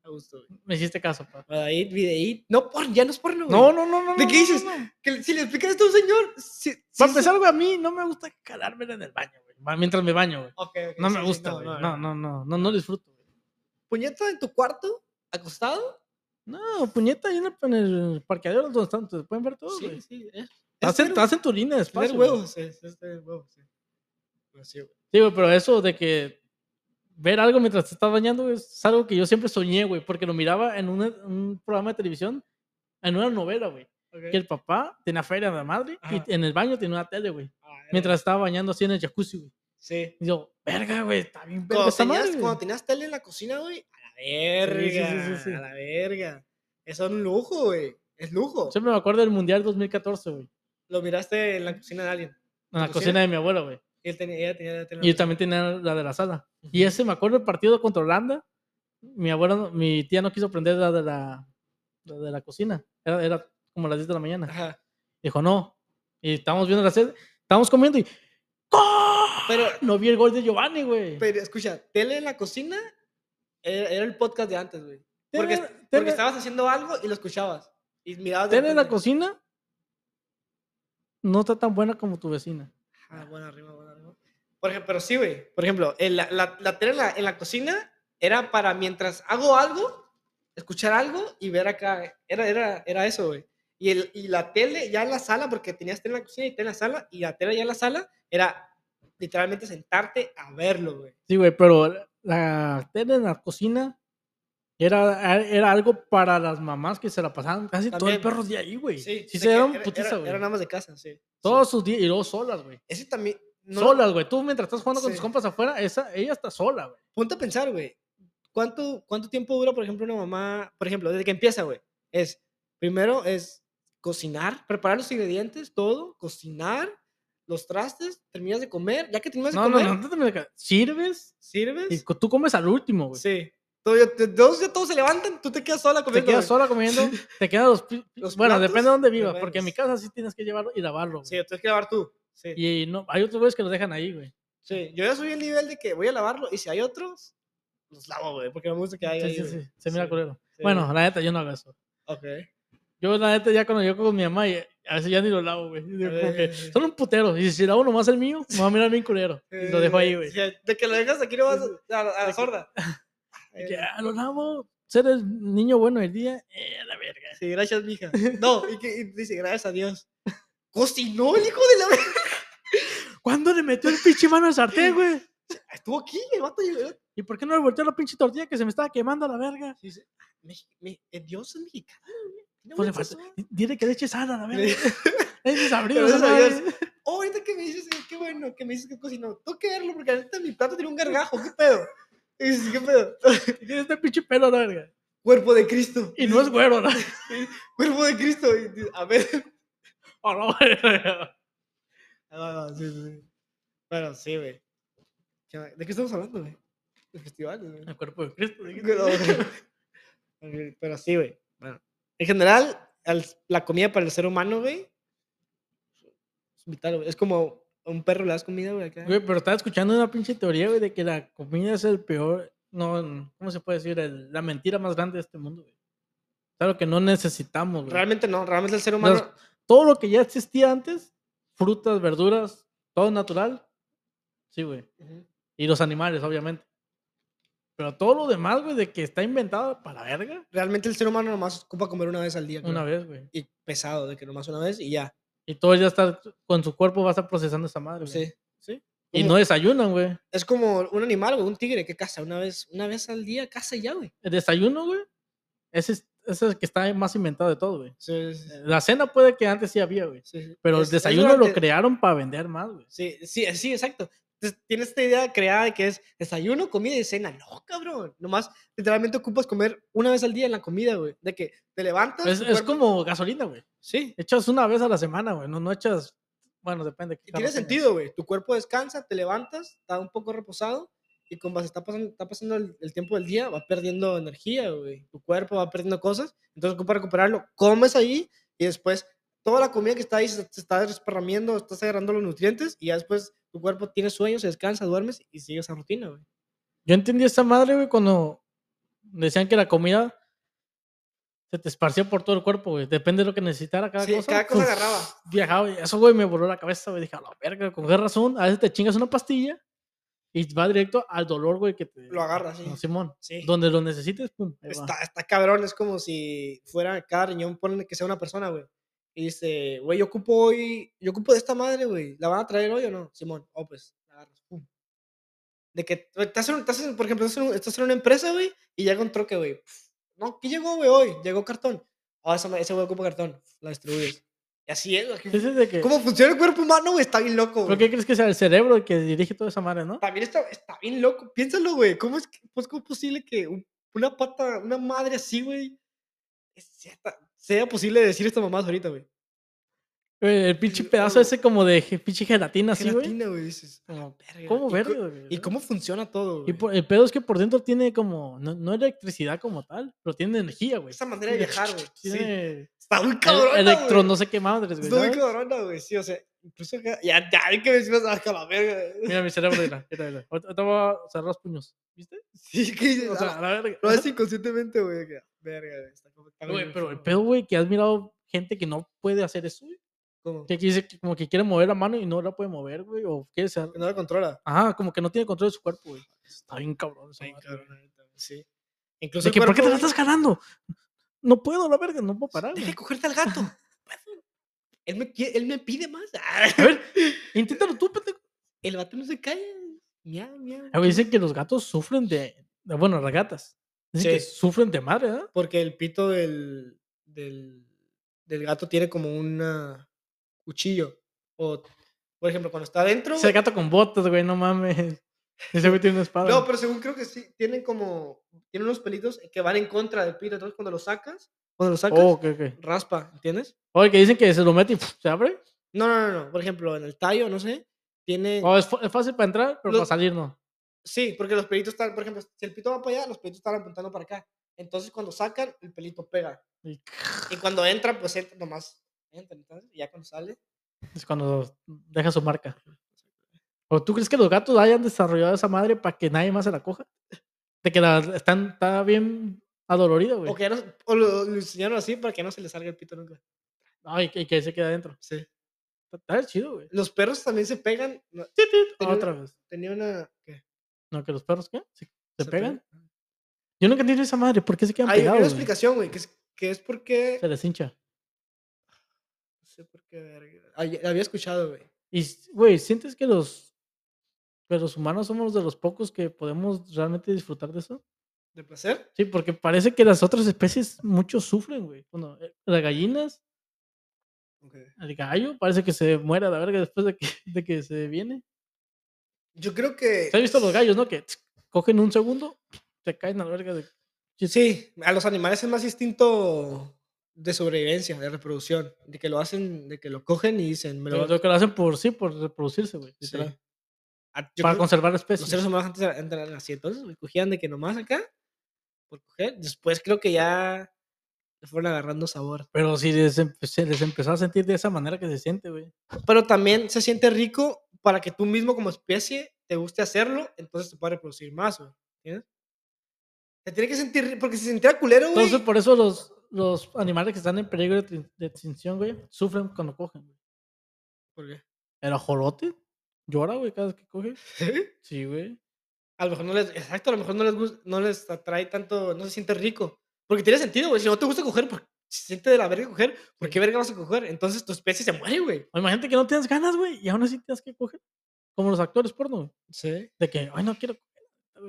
[SPEAKER 1] A gusto, güey.
[SPEAKER 2] Me hiciste caso, pa.
[SPEAKER 1] Ahí, videíto. No, por, ya no es porno, güey.
[SPEAKER 2] No, no, no, no.
[SPEAKER 1] ¿De
[SPEAKER 2] no,
[SPEAKER 1] qué
[SPEAKER 2] no,
[SPEAKER 1] dices?
[SPEAKER 2] no, no.
[SPEAKER 1] Que si le explicas esto a un señor. Sí, sí,
[SPEAKER 2] Para
[SPEAKER 1] sí.
[SPEAKER 2] empezar, güey, a mí no me gusta calármela en el baño, güey. ma- Mientras me baño, güey.
[SPEAKER 1] Ok, ok,
[SPEAKER 2] No
[SPEAKER 1] sí,
[SPEAKER 2] me
[SPEAKER 1] sí,
[SPEAKER 2] gusta, güey. No, no, no, no, no disfruto, güey.
[SPEAKER 1] Puñeta en tu cuarto, acostado.
[SPEAKER 2] No, puñeta, ahí en el, en el parqueadero donde están, te pueden ver todos, Oh, güey.
[SPEAKER 1] Sí, sí. Es,
[SPEAKER 2] Estás en, estás en tu línea de espacio.
[SPEAKER 1] tener
[SPEAKER 2] güey.
[SPEAKER 1] huevos. Es, es tener huevos, sí. Pero sí, güey.
[SPEAKER 2] Sí, güey, pero eso de que ver algo mientras te estás bañando güey, es algo que yo siempre soñé, güey, porque lo miraba en una- un programa de televisión, en una novela, güey. Que el papá tenía feria de la madre
[SPEAKER 1] Ajá.
[SPEAKER 2] y en el baño tenía una tele, güey.
[SPEAKER 1] Ah, era-
[SPEAKER 2] Mientras estaba bañando así en el jacuzzi, güey.
[SPEAKER 1] Sí.
[SPEAKER 2] Y yo, verga, güey, está bien, verga
[SPEAKER 1] Cuando
[SPEAKER 2] esta madre,
[SPEAKER 1] tenías,
[SPEAKER 2] güey".
[SPEAKER 1] cuando tenías tele en la cocina, güey, a la
[SPEAKER 2] Sí, sí, sí,
[SPEAKER 1] verga.
[SPEAKER 2] sí, sí.
[SPEAKER 1] A la verga. Eso es un lujo, güey. Es lujo.
[SPEAKER 2] Siempre me acuerdo del Mundial 2014, güey.
[SPEAKER 1] Lo miraste en la cocina de alguien.
[SPEAKER 2] En la
[SPEAKER 1] ¿Tu cocina?
[SPEAKER 2] cocina de mi abuela, güey.
[SPEAKER 1] Y él tenía, ella tenía la tele. en
[SPEAKER 2] Y
[SPEAKER 1] la
[SPEAKER 2] yo también tenía la de la sala. Y ese, me acuerdo el partido contra Holanda. Mi abuela, no- mi tía no quiso prender la de la, la de la cocina. Era, era como las 10 de la
[SPEAKER 1] cocina.
[SPEAKER 2] mañana.
[SPEAKER 1] Ajá.
[SPEAKER 2] Dijo, no. Y estábamos viendo la serie, estábamos comiendo y ¡gol!
[SPEAKER 1] Pero,
[SPEAKER 2] no vi el gol de Giovanni, güey.
[SPEAKER 1] pero escucha, tele en la cocina era, era el podcast de antes, güey. Porque,
[SPEAKER 2] Tele-
[SPEAKER 1] porque
[SPEAKER 2] tele-
[SPEAKER 1] estabas haciendo algo y lo escuchabas. Y mirabas. de
[SPEAKER 2] tele en la
[SPEAKER 1] repente.
[SPEAKER 2] cocina no está tan buena como tu vecina.
[SPEAKER 1] Ah, buena rima, buena rima. Por ejemplo, pero sí, güey. Por ejemplo, en la, la, la tele en la, en la cocina era para mientras hago algo, escuchar algo y ver acá. Era, era, era eso, güey. Y, el, y la tele ya en la sala, porque tenías tele en la cocina y tele en la sala, y la tele ya en la sala era literalmente sentarte a verlo, güey.
[SPEAKER 2] Sí, güey, pero la tele en la cocina era, era algo para las mamás que se la pasaban casi todo el
[SPEAKER 1] También.
[SPEAKER 2] perro de ahí, güey. Sí,
[SPEAKER 1] de
[SPEAKER 2] se
[SPEAKER 1] que
[SPEAKER 2] dieron
[SPEAKER 1] era-
[SPEAKER 2] putiza,
[SPEAKER 1] era-
[SPEAKER 2] güey.
[SPEAKER 1] Eran amas de casa, sí. sí.
[SPEAKER 2] Todos sus días y luego solas, güey.
[SPEAKER 1] Ese también. No,
[SPEAKER 2] solas, güey. Tú mientras estás jugando con
[SPEAKER 1] Sí.
[SPEAKER 2] tus compas afuera, esa, ella está sola, güey.
[SPEAKER 1] Ponte a pensar, güey. ¿Cuánto, ¿Cuánto tiempo dura, por ejemplo, una mamá? Por ejemplo, desde que empieza, güey. Es, primero es cocinar, preparar los ingredientes, todo, cocinar, los trastes, terminas de comer. Ya que terminas de
[SPEAKER 2] No, no,
[SPEAKER 1] comer,
[SPEAKER 2] no, no, te me dejas. Sirves y
[SPEAKER 1] ¿sirves?
[SPEAKER 2] co- tú comes al último, güey.
[SPEAKER 1] Sí. Todo- ya- te- Todos, ya todos se levantan, tú te quedas sola
[SPEAKER 2] Te
[SPEAKER 1] comiendo. güey.
[SPEAKER 2] quedas sola comiendo, te quedan los, pi- pi-
[SPEAKER 1] Los
[SPEAKER 2] Bueno,
[SPEAKER 1] platos,
[SPEAKER 2] depende de dónde
[SPEAKER 1] te
[SPEAKER 2] vivas, porque en mi
[SPEAKER 1] duermes.
[SPEAKER 2] casa sí tienes que llevarlo y lavarlo. güey.
[SPEAKER 1] Sí, lo tienes que lavar tú. Sí.
[SPEAKER 2] Y no, hay otros güeyes que los dejan ahí, güey.
[SPEAKER 1] sí. Yo ya subí el nivel de que voy a lavarlo y si hay otros, los lavo, güey, porque no me gusta que haya.
[SPEAKER 2] Sí,
[SPEAKER 1] ahí,
[SPEAKER 2] sí,
[SPEAKER 1] güey.
[SPEAKER 2] sí, Se mira
[SPEAKER 1] Sí,
[SPEAKER 2] culero.
[SPEAKER 1] sí.
[SPEAKER 2] Bueno, la neta, yo no hago eso.
[SPEAKER 1] Ok.
[SPEAKER 2] Yo, la neta, ya cuando yo con mi mamá, ya- a veces ya ni lo lavo, güey. Digo, como que
[SPEAKER 1] Eh.
[SPEAKER 2] Son un putero. Y si lavo nomás el mío, me va a mirar bien culero. Y lo dejo ahí, güey.
[SPEAKER 1] Sí, De que lo dejas aquí no vas a, a- a
[SPEAKER 2] De
[SPEAKER 1] la
[SPEAKER 2] que-
[SPEAKER 1] sorda. Eh,
[SPEAKER 2] Y que, ah, lo lavo. Ser el niño bueno del día, eh, a la verga.
[SPEAKER 1] Sí, gracias, mija. No, y, que, y dice, gracias a Dios. Cocinó el hijo de la verga.
[SPEAKER 2] ¿Cuándo le metió el pinche mano al sartén, güey?
[SPEAKER 1] Estuvo aquí, el vato. y- y-
[SPEAKER 2] ¿Y por qué no le volteó la pinche tortilla que se me estaba quemando a la verga?
[SPEAKER 1] dice, "Me- me- eh, Dios es mexicano, güey. No
[SPEAKER 2] Pues le
[SPEAKER 1] manches,
[SPEAKER 2] falta.
[SPEAKER 1] no".
[SPEAKER 2] di- Dile que le eche sal a la verga.
[SPEAKER 1] Le-
[SPEAKER 2] Es desabrido,
[SPEAKER 1] Pero gracias a
[SPEAKER 2] ¿no?
[SPEAKER 1] Dios. Oh, ahorita que me dices, eh, qué bueno que me dices que cocinó. Tengo que verlo porque ahorita mi plato tiene un gargajo. ¿Qué pedo? Y dices, ¿qué pedo?
[SPEAKER 2] Tiene este pinche pelo a la verga.
[SPEAKER 1] Cuerpo de Cristo.
[SPEAKER 2] Y no es güero, ¿no?
[SPEAKER 1] Cuerpo de Cristo. Y dices, a ver.
[SPEAKER 2] A la verga.
[SPEAKER 1] No, no, Ah, sí, sí, sí. Bueno, sí, güey. ¿Qué ma- ¿De qué estamos hablando, güey? De festivales, güey.
[SPEAKER 2] El cuerpo de Cristo. dije.
[SPEAKER 1] Pero, Ok, pero sí, güey. Bueno, en general, al- la comida para el ser humano, güey, es vital, güey. Es como a un perro le das comida, güey, acá.
[SPEAKER 2] Güey, pero estaba escuchando una pinche teoría, güey, de que la comida es el peor, no, n- ¿cómo se puede decir? El- la mentira más grande de este mundo, güey. Claro que no necesitamos, güey.
[SPEAKER 1] Realmente no, realmente el ser humano.
[SPEAKER 2] Las- Todo lo que ya existía antes, frutas, verduras, todo natural, sí, güey.
[SPEAKER 1] Ujú.
[SPEAKER 2] Y los animales, obviamente. Pero todo lo demás, güey, de que está inventado para la verga,
[SPEAKER 1] Realmente el ser humano nomás ocupa comer una vez al día,
[SPEAKER 2] una
[SPEAKER 1] creo.
[SPEAKER 2] vez, güey.
[SPEAKER 1] Y pesado, de que nomás una vez y ya.
[SPEAKER 2] Y todo ya está, con su cuerpo va a estar procesando esa madre, güey.
[SPEAKER 1] Sí.
[SPEAKER 2] Y
[SPEAKER 1] ¿Cómo?
[SPEAKER 2] no desayunan, güey.
[SPEAKER 1] Es como un animal, güey, un tigre que caza una vez, una vez al día, caza y ya, güey.
[SPEAKER 2] El desayuno, güey, ese es, ese es el que está más inventado de todo, güey.
[SPEAKER 1] Sí, sí, sí,
[SPEAKER 2] La cena puede que antes sí había, güey.
[SPEAKER 1] sí, sí.
[SPEAKER 2] Pero
[SPEAKER 1] Es-
[SPEAKER 2] el
[SPEAKER 1] es
[SPEAKER 2] desayuno lo
[SPEAKER 1] durante-
[SPEAKER 2] crearon para vender más, güey.
[SPEAKER 1] Sí, sí, eh, sí, exacto. Entonces, tienes esta idea creada de que es desayuno, comida y cena. No, cabrón. Nomás literalmente ocupas comer una vez al día en la comida, güey. De que te levantas.
[SPEAKER 2] Es,
[SPEAKER 1] tu
[SPEAKER 2] es
[SPEAKER 1] cuerpo-
[SPEAKER 2] como gasolina, güey.
[SPEAKER 1] Sí.
[SPEAKER 2] Echas una vez a la semana, güey. No, no echas. Bueno, depende. qué
[SPEAKER 1] Y
[SPEAKER 2] carro
[SPEAKER 1] tiene
[SPEAKER 2] tengas.
[SPEAKER 1] sentido, güey. Tu cuerpo descansa, te levantas, está un poco reposado. Y como se está pasando, está pasando el, el tiempo del día, va perdiendo energía, güey. Tu cuerpo va perdiendo cosas. Entonces ocupa recuperarlo. Comes ahí y después toda la comida que está ahí se, se está desparramiendo, estás agarrando los nutrientes y ya después tu cuerpo tiene sueños, se descansa, duermes y sigue esa rutina, güey.
[SPEAKER 2] Yo entendí esa madre, güey, cuando decían que la comida se te esparcía por todo el cuerpo, güey. Depende de lo que necesitara cada
[SPEAKER 1] Sí,
[SPEAKER 2] cosa.
[SPEAKER 1] cada cosa
[SPEAKER 2] ¡puf!
[SPEAKER 1] agarraba.
[SPEAKER 2] Viajaba. y Eso, güey, me voló la cabeza, güey. Dije, a la verga, con qué razón. A veces te chingas una pastilla y va directo al dolor, güey, que te.
[SPEAKER 1] Lo agarra, sí.
[SPEAKER 2] No, Simón.
[SPEAKER 1] Sí.
[SPEAKER 2] Donde lo necesites, pum. ahí va.
[SPEAKER 1] Está, está cabrón, es como si fuera cada riñón, ponle que sea una persona, güey. Y dice, güey, yo ocupo hoy, yo ocupo de esta madre, güey. ¿La van a traer hoy o no? Simón, oh, pues, la agarras, pum. De que, güey, estás en- estás en- por ejemplo, estás en, un- estás en una empresa, güey, y llega un troque, güey. Pf, No, ¿qué llegó, güey, hoy? Llegó cartón. Ah, esa ma- ese güey ocupa cartón. La distribuyes. Y así es, güey. aquí-
[SPEAKER 2] Dices de que-
[SPEAKER 1] ¿Cómo funciona el cuerpo humano, güey? Está bien loco,
[SPEAKER 2] ¿Por
[SPEAKER 1] güey.
[SPEAKER 2] qué crees que sea el cerebro el que dirige toda esa madre, no?
[SPEAKER 1] También está, está bien loco. Piénsalo, güey. ¿Cómo es, que- pues, ¿cómo es posible que un- una pata, una madre así, güey, es- sea, ta- sea posible decir estas mamás ahorita, güey?
[SPEAKER 2] Güey, El pinche
[SPEAKER 1] Sí,
[SPEAKER 2] pedazo
[SPEAKER 1] o-
[SPEAKER 2] ese como de je- pinche gelatina así, güey.
[SPEAKER 1] Gelatina, güey. dices,
[SPEAKER 2] Como,
[SPEAKER 1] verga,
[SPEAKER 2] ¿Cómo
[SPEAKER 1] ¿y co-
[SPEAKER 2] verde, güey?
[SPEAKER 1] ¿Y
[SPEAKER 2] ¿verdad?
[SPEAKER 1] cómo funciona todo,
[SPEAKER 2] Y
[SPEAKER 1] güey?
[SPEAKER 2] por- el pedo es que por dentro tiene como, no, no electricidad como tal, pero tiene energía, güey.
[SPEAKER 1] Esa manera de viajar, güey. Sí.
[SPEAKER 2] Tiene
[SPEAKER 1] Está muy cabrona, güey.
[SPEAKER 2] electro, no sé qué madres, güey.
[SPEAKER 1] Está muy
[SPEAKER 2] ¿sabes?
[SPEAKER 1] cabrona, güey. Sí, o sea, incluso acá- ya, ya, hay que decimos hasta la verga. güey".
[SPEAKER 2] Mira mi cerebro, mira, mira, mira. Ahorita ahorita voy a cerrar los puños, ¿viste?
[SPEAKER 1] Sí, que dices,
[SPEAKER 2] O sea,
[SPEAKER 1] "Ah,
[SPEAKER 2] a la verga.
[SPEAKER 1] lo haces inconscientemente, güey. que, Verga, güey. Está como- está
[SPEAKER 2] Güey,
[SPEAKER 1] muy
[SPEAKER 2] pero el
[SPEAKER 1] enfermo".
[SPEAKER 2] pedo, güey, que has mirado gente que no puede hacer eso, güey.
[SPEAKER 1] ¿Cómo?
[SPEAKER 2] Que dice que como que quiere mover la mano y no la puede mover, güey. O quiere ser...
[SPEAKER 1] Que No la controla.
[SPEAKER 2] Ajá, como que no tiene control de su cuerpo, güey. Está bien cabrón esa madre, güey.
[SPEAKER 1] sí.
[SPEAKER 2] O
[SPEAKER 1] Incluso
[SPEAKER 2] sea,
[SPEAKER 1] el
[SPEAKER 2] que, ¿por qué te la
[SPEAKER 1] cuerpo-
[SPEAKER 2] estás jalando? No puedo, la verga, no puedo parar.
[SPEAKER 1] "Pues, Deja
[SPEAKER 2] güey.
[SPEAKER 1] de cogerte al gato. Bueno, él, me, quie- él me pide más.
[SPEAKER 2] A ver, inténtalo tú, pendejo.
[SPEAKER 1] El vato no se calla. Miau, miau.
[SPEAKER 2] Ah, güey, Dicen que los gatos sufren de. de- Bueno, las gatas. Dicen que
[SPEAKER 1] Sí.
[SPEAKER 2] sufren de madre, ¿verdad?
[SPEAKER 1] Porque el pito del, del, del gato tiene como un cuchillo. O, por ejemplo, cuando está adentro.
[SPEAKER 2] Ese gato con botas, güey, no mames. Ese güey tiene una espada.
[SPEAKER 1] No, pero según creo que sí, tienen como. Tienen unos pelitos que van en contra del pito. Entonces, cuando lo sacas, cuando lo sacas,
[SPEAKER 2] Oh, ok, ok.
[SPEAKER 1] raspa, ¿entiendes?
[SPEAKER 2] Oye, que dicen que se lo mete y ¡puf! se abre.
[SPEAKER 1] No, no, no, no. Por ejemplo, en el tallo, no sé. Tiene.
[SPEAKER 2] O Oh, es, fa- es fácil para entrar, pero
[SPEAKER 1] Los-
[SPEAKER 2] para salir no.
[SPEAKER 1] Sí, porque los pelitos están, por ejemplo, si el pito va para allá, los pelitos están apuntando para acá. Entonces cuando sacan, el pelito pega.
[SPEAKER 2] Y
[SPEAKER 1] Y cuando entra, pues entra nomás. Entra, entonces, y ya cuando sale.
[SPEAKER 2] Es cuando deja su marca. ¿O tú crees que los gatos hayan desarrollado esa madre para que nadie más se la coja? De que la, están, está bien adolorida, güey.
[SPEAKER 1] O, que ya no- o lo, lo enseñaron así para que no se le salga el pito nunca.
[SPEAKER 2] Ay, que, que se queda adentro.
[SPEAKER 1] Sí.
[SPEAKER 2] Está- Está chido, güey.
[SPEAKER 1] Los perros también se pegan. no,
[SPEAKER 2] Tit, tit.
[SPEAKER 1] Tenía
[SPEAKER 2] Otra vez.
[SPEAKER 1] Tenía una. ¿qué?
[SPEAKER 2] No, que los perros, ¿qué? ¿Se, se
[SPEAKER 1] ¿Se
[SPEAKER 2] pegan?
[SPEAKER 1] pegan?
[SPEAKER 2] Yo nunca entendí esa madre. ¿Por qué se quedan
[SPEAKER 1] Hay, hay
[SPEAKER 2] pegados?
[SPEAKER 1] una
[SPEAKER 2] güey?
[SPEAKER 1] explicación, güey, que es, que es porque.
[SPEAKER 2] Se les hincha.
[SPEAKER 1] No sé por qué, verga. Ay, la había escuchado, güey.
[SPEAKER 2] Y, s- güey, ¿sientes que los, que los humanos somos de los pocos que podemos realmente disfrutar de eso?
[SPEAKER 1] ¿De placer?
[SPEAKER 2] Sí, porque parece que las otras especies muchos sufren, güey. Bueno, eh, las gallinas, el gallo, parece que se muera la verga después de que, de que se viene.
[SPEAKER 1] Yo creo que.
[SPEAKER 2] ¿Se has visto los gallos, no? Que tsk, cogen un segundo, se caen a la verga de...
[SPEAKER 1] Sí, a los animales es más instinto de sobrevivencia, de reproducción, de que lo hacen, de que lo cogen y dicen, me lo
[SPEAKER 2] Pero
[SPEAKER 1] van
[SPEAKER 2] lo que lo hacen por sí, por reproducirse, güey.
[SPEAKER 1] sí.
[SPEAKER 2] literal,
[SPEAKER 1] Ah, yo
[SPEAKER 2] Para
[SPEAKER 1] creo-
[SPEAKER 2] conservar la especie.
[SPEAKER 1] los seres humanos antes era- eran así, entonces güey, cogían de que nomás acá, por coger, después creo que ya le fueron agarrando sabor.
[SPEAKER 2] Pero si les, empe- se les empezó a sentir de esa manera que se siente, güey.
[SPEAKER 1] Pero también se siente rico para que tú mismo como especie te guste hacerlo, entonces te puedas reproducir más, güey. ¿entiendes? Te tiene que sentir, ri- porque si se sintiera culero, güey.
[SPEAKER 2] Entonces, por eso los, los animales que están en peligro de, extin- de extinción, güey, sufren cuando cogen. güey.
[SPEAKER 1] ¿Por qué?
[SPEAKER 2] El ajolote llora, güey, cada vez que coge.
[SPEAKER 1] ¿Eh?
[SPEAKER 2] Sí, güey.
[SPEAKER 1] A lo mejor no les, exacto, a lo mejor no les gusta, no les atrae tanto, no se siente rico. Porque tiene sentido, güey. Si no te gusta coger, por- si se siente de la verga coger, ¿por qué verga vas a coger? Entonces tu especie se muere, güey.
[SPEAKER 2] O imagínate que no tienes ganas, güey, y aún así tienes que coger. Como los actores porno, güey.
[SPEAKER 1] Sí.
[SPEAKER 2] De que, ay, no quiero coger. güey.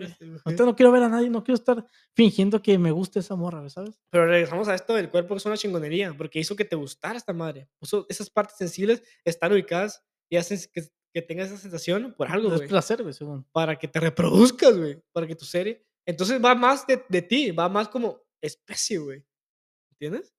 [SPEAKER 1] Este,
[SPEAKER 2] Ahorita no quiero ver a nadie, no quiero estar fingiendo que me gusta esa morra, güey, ¿sabes?
[SPEAKER 1] Pero regresamos a esto del cuerpo, que es una chingonería, porque hizo que te gustara esta madre. Puso- esas partes sensibles están ubicadas y hacen que, que tengas esa sensación por algo,
[SPEAKER 2] Es
[SPEAKER 1] güey.
[SPEAKER 2] placer, güey, según.
[SPEAKER 1] Para que te reproduzcas, güey. Para que tu serie. Entonces va más de, de ti, va más como especie, güey. ¿Entiendes?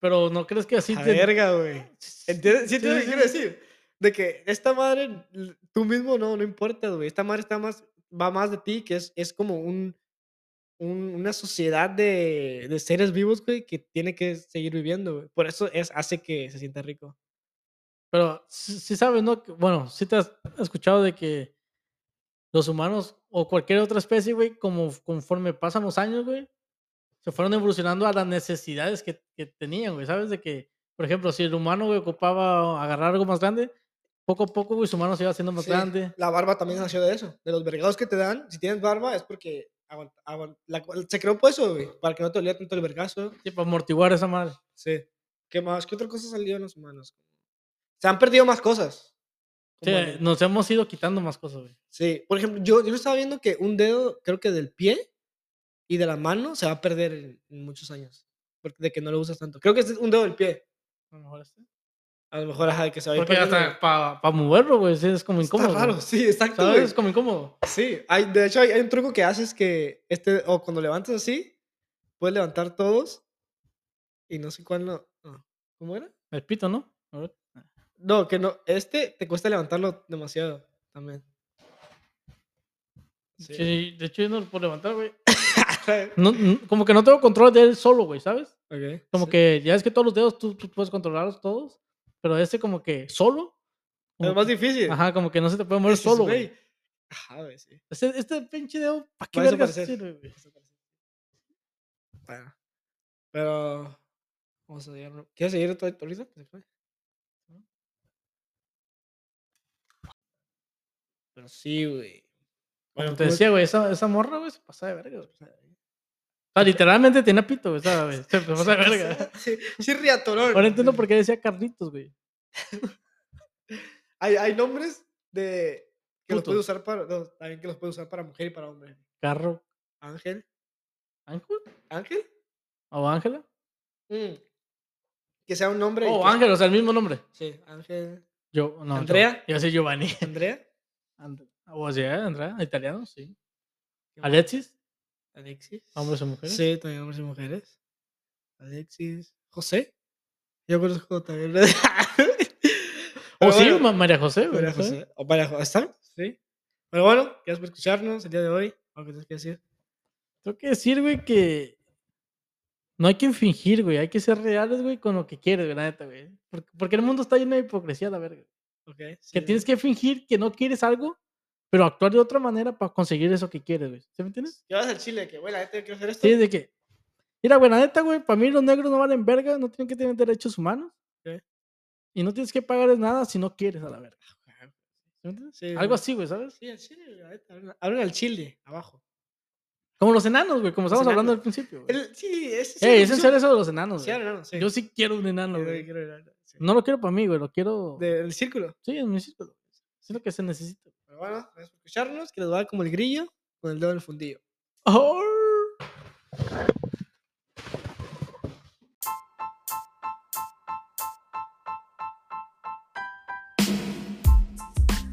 [SPEAKER 2] Pero no crees que así
[SPEAKER 1] A
[SPEAKER 2] te-
[SPEAKER 1] verga, güey. ¿Entiendes? ¿Sí
[SPEAKER 2] Sí,
[SPEAKER 1] entiendes
[SPEAKER 2] sí,
[SPEAKER 1] lo que quiero
[SPEAKER 2] sí.
[SPEAKER 1] decir? De que esta madre, l- tú mismo no, no importa, güey. Esta madre está más, va más de ti, que es, es como un, un- una sociedad de, de seres vivos, güey, que tiene que seguir viviendo, güey. Por eso es, hace que se sienta rico.
[SPEAKER 2] Pero sí, sí sabes, ¿no? Que- Bueno, sí te has escuchado de que los humanos o cualquier otra especie, güey, como conforme pasan los años, güey, se fueron evolucionando a las necesidades que, que tenían, güey. ¿Sabes? De que, por ejemplo, si el humano, güey, ocupaba agarrar algo más grande, poco a poco, güey, su humano se iba haciendo más
[SPEAKER 1] Sí,
[SPEAKER 2] grande.
[SPEAKER 1] La barba también nació de eso. De los vergados que te dan, si tienes barba es porque aguant- aguant- la- se creó por eso, güey. Para que no te olía tanto el vergazo.
[SPEAKER 2] Sí, para amortiguar esa madre.
[SPEAKER 1] Sí. ¿Qué más? ¿Qué otra cosa salió en los humanos? Se han perdido más cosas.
[SPEAKER 2] Sí,
[SPEAKER 1] como en el-
[SPEAKER 2] nos hemos ido quitando más cosas, güey.
[SPEAKER 1] Sí, por ejemplo, yo, yo estaba viendo que un dedo, creo que del pie y de la mano, se va a perder en, en muchos años. Porque de que no lo usas tanto. Creo que es un dedo del pie.
[SPEAKER 2] A lo mejor este.
[SPEAKER 1] A lo mejor, ajá, que se va a ir
[SPEAKER 2] Porque
[SPEAKER 1] perdiendo.
[SPEAKER 2] hasta para moverlo, güey, sí, es como
[SPEAKER 1] Está
[SPEAKER 2] incómodo. güey.
[SPEAKER 1] raro, sí, exacto. güey.
[SPEAKER 2] ¿Sabes? Es como incómodo.
[SPEAKER 1] Sí, hay, de hecho hay, hay un truco que haces que este, o cuando levantas así, puedes levantar todos y no sé cuál no. no, ¿Cómo era?
[SPEAKER 2] El pito, ¿no? A ver.
[SPEAKER 1] No, que no, este te cuesta levantarlo demasiado también. Sí.
[SPEAKER 2] Sí, de hecho, yo no lo puedo levantar, güey. No- n- como que no tengo control de él solo, güey, ¿sabes?
[SPEAKER 1] Ok,
[SPEAKER 2] Como
[SPEAKER 1] sí.
[SPEAKER 2] que ya es que todos los dedos tú, tú puedes controlarlos todos, pero este como que solo. como
[SPEAKER 1] Es más
[SPEAKER 2] que-
[SPEAKER 1] difícil.
[SPEAKER 2] Ajá, como que no se te puede mover
[SPEAKER 1] Dices,
[SPEAKER 2] solo, güey.
[SPEAKER 1] Ajá, güey, sí.
[SPEAKER 2] Este, este pinche dedo, ¿para qué
[SPEAKER 1] Va a
[SPEAKER 2] vergas
[SPEAKER 1] desaparecer.
[SPEAKER 2] sirve, güey?
[SPEAKER 1] Bueno, pero. Vamos a llegar. ¿Quieres seguir ahorita- ahorita? que se fue? Pero sí, güey.
[SPEAKER 2] Como te
[SPEAKER 1] ¿cómo-
[SPEAKER 2] decía, güey, esa, esa morra, güey, se pasa de verga. güey. O sea, literalmente tenía pito, güey, ¿sabes? güey? Se pasa de verga.
[SPEAKER 1] Sí, sí, riatorón.
[SPEAKER 2] Ahora entiendo por qué decía Carlitos, güey.
[SPEAKER 1] Hay, hay nombres de. Que los puedes
[SPEAKER 2] Putos.
[SPEAKER 1] usar para. No, también que los puedes usar para mujer y para hombre.
[SPEAKER 2] Carro.
[SPEAKER 1] Ángel.
[SPEAKER 2] ¿Ángel?
[SPEAKER 1] ¿Ángel?
[SPEAKER 2] ¿O Ángela?
[SPEAKER 1] Mm. Que sea un nombre. y
[SPEAKER 2] Oh,
[SPEAKER 1] que-
[SPEAKER 2] Ángel, o sea, el mismo nombre.
[SPEAKER 1] Sí, Ángel.
[SPEAKER 2] Yo, no.
[SPEAKER 1] ¿Andrea?
[SPEAKER 2] Yo, yo soy Giovanni.
[SPEAKER 1] Andrea.
[SPEAKER 2] And- O sea, Andrea, italiano, sí.
[SPEAKER 1] ¿qué más?
[SPEAKER 2] Alexis,
[SPEAKER 1] Alexis.
[SPEAKER 2] hombres o mujeres.
[SPEAKER 1] Sí, también hombres y mujeres. Alexis. José. Yo conozco también. Pero
[SPEAKER 2] O Oh, sí,
[SPEAKER 1] bueno,
[SPEAKER 2] Ma- María José, güey.
[SPEAKER 1] María
[SPEAKER 2] no sé.
[SPEAKER 1] José. O María José. ¿Está bien? Sí. Pero bueno, gracias por escucharnos el día de hoy. ¿Algo que tienes que decir?
[SPEAKER 2] Tengo que decir, güey, que no hay que fingir, güey. Hay que ser reales, güey, con lo que quieres, güey, la neta, güey. Porque, porque el mundo está lleno de hipocresía, la verga.
[SPEAKER 1] Ok.
[SPEAKER 2] Que
[SPEAKER 1] sí.
[SPEAKER 2] tienes que fingir que no quieres algo, pero actuar de otra manera para conseguir eso que quieres, güey. ¿Sí me entiendes?
[SPEAKER 1] Llevas al Chile, que bueno, este quiero hacer esto.
[SPEAKER 2] Sí, de que. Mira, güey, la neta, güey, para mí los negros no valen verga, no tienen que tener derechos humanos. ¿eh?
[SPEAKER 1] Ok.
[SPEAKER 2] Y no tienes que pagarles nada si no quieres a la verga. ¿Sí me entiendes?
[SPEAKER 1] Sí,
[SPEAKER 2] Algo
[SPEAKER 1] güey.
[SPEAKER 2] así, güey, ¿sabes?
[SPEAKER 1] Sí, al Chile, la neta, hablan- Hablan al Chile, abajo.
[SPEAKER 2] Como los enanos, güey, como
[SPEAKER 1] Los
[SPEAKER 2] estábamos hablando al
[SPEAKER 1] enanos.
[SPEAKER 2] principio. güey.
[SPEAKER 1] El- sí, ese sí
[SPEAKER 2] Ey,
[SPEAKER 1] lo
[SPEAKER 2] es en
[SPEAKER 1] pusieron-
[SPEAKER 2] serio eso de los enanos,
[SPEAKER 1] Sí,
[SPEAKER 2] güey.
[SPEAKER 1] hablan, sí.
[SPEAKER 2] Yo sí quiero un enano,
[SPEAKER 1] Quiero-
[SPEAKER 2] güey.
[SPEAKER 1] quiero hablar, sí.
[SPEAKER 2] No lo quiero para mí, güey, lo quiero.
[SPEAKER 1] Del círculo.
[SPEAKER 2] Sí, en mi círculo. Es lo que se necesita.
[SPEAKER 1] Pero bueno, gracias por escucharnos, que les va como el grillo con el dedo en el fundillo.
[SPEAKER 2] Arr.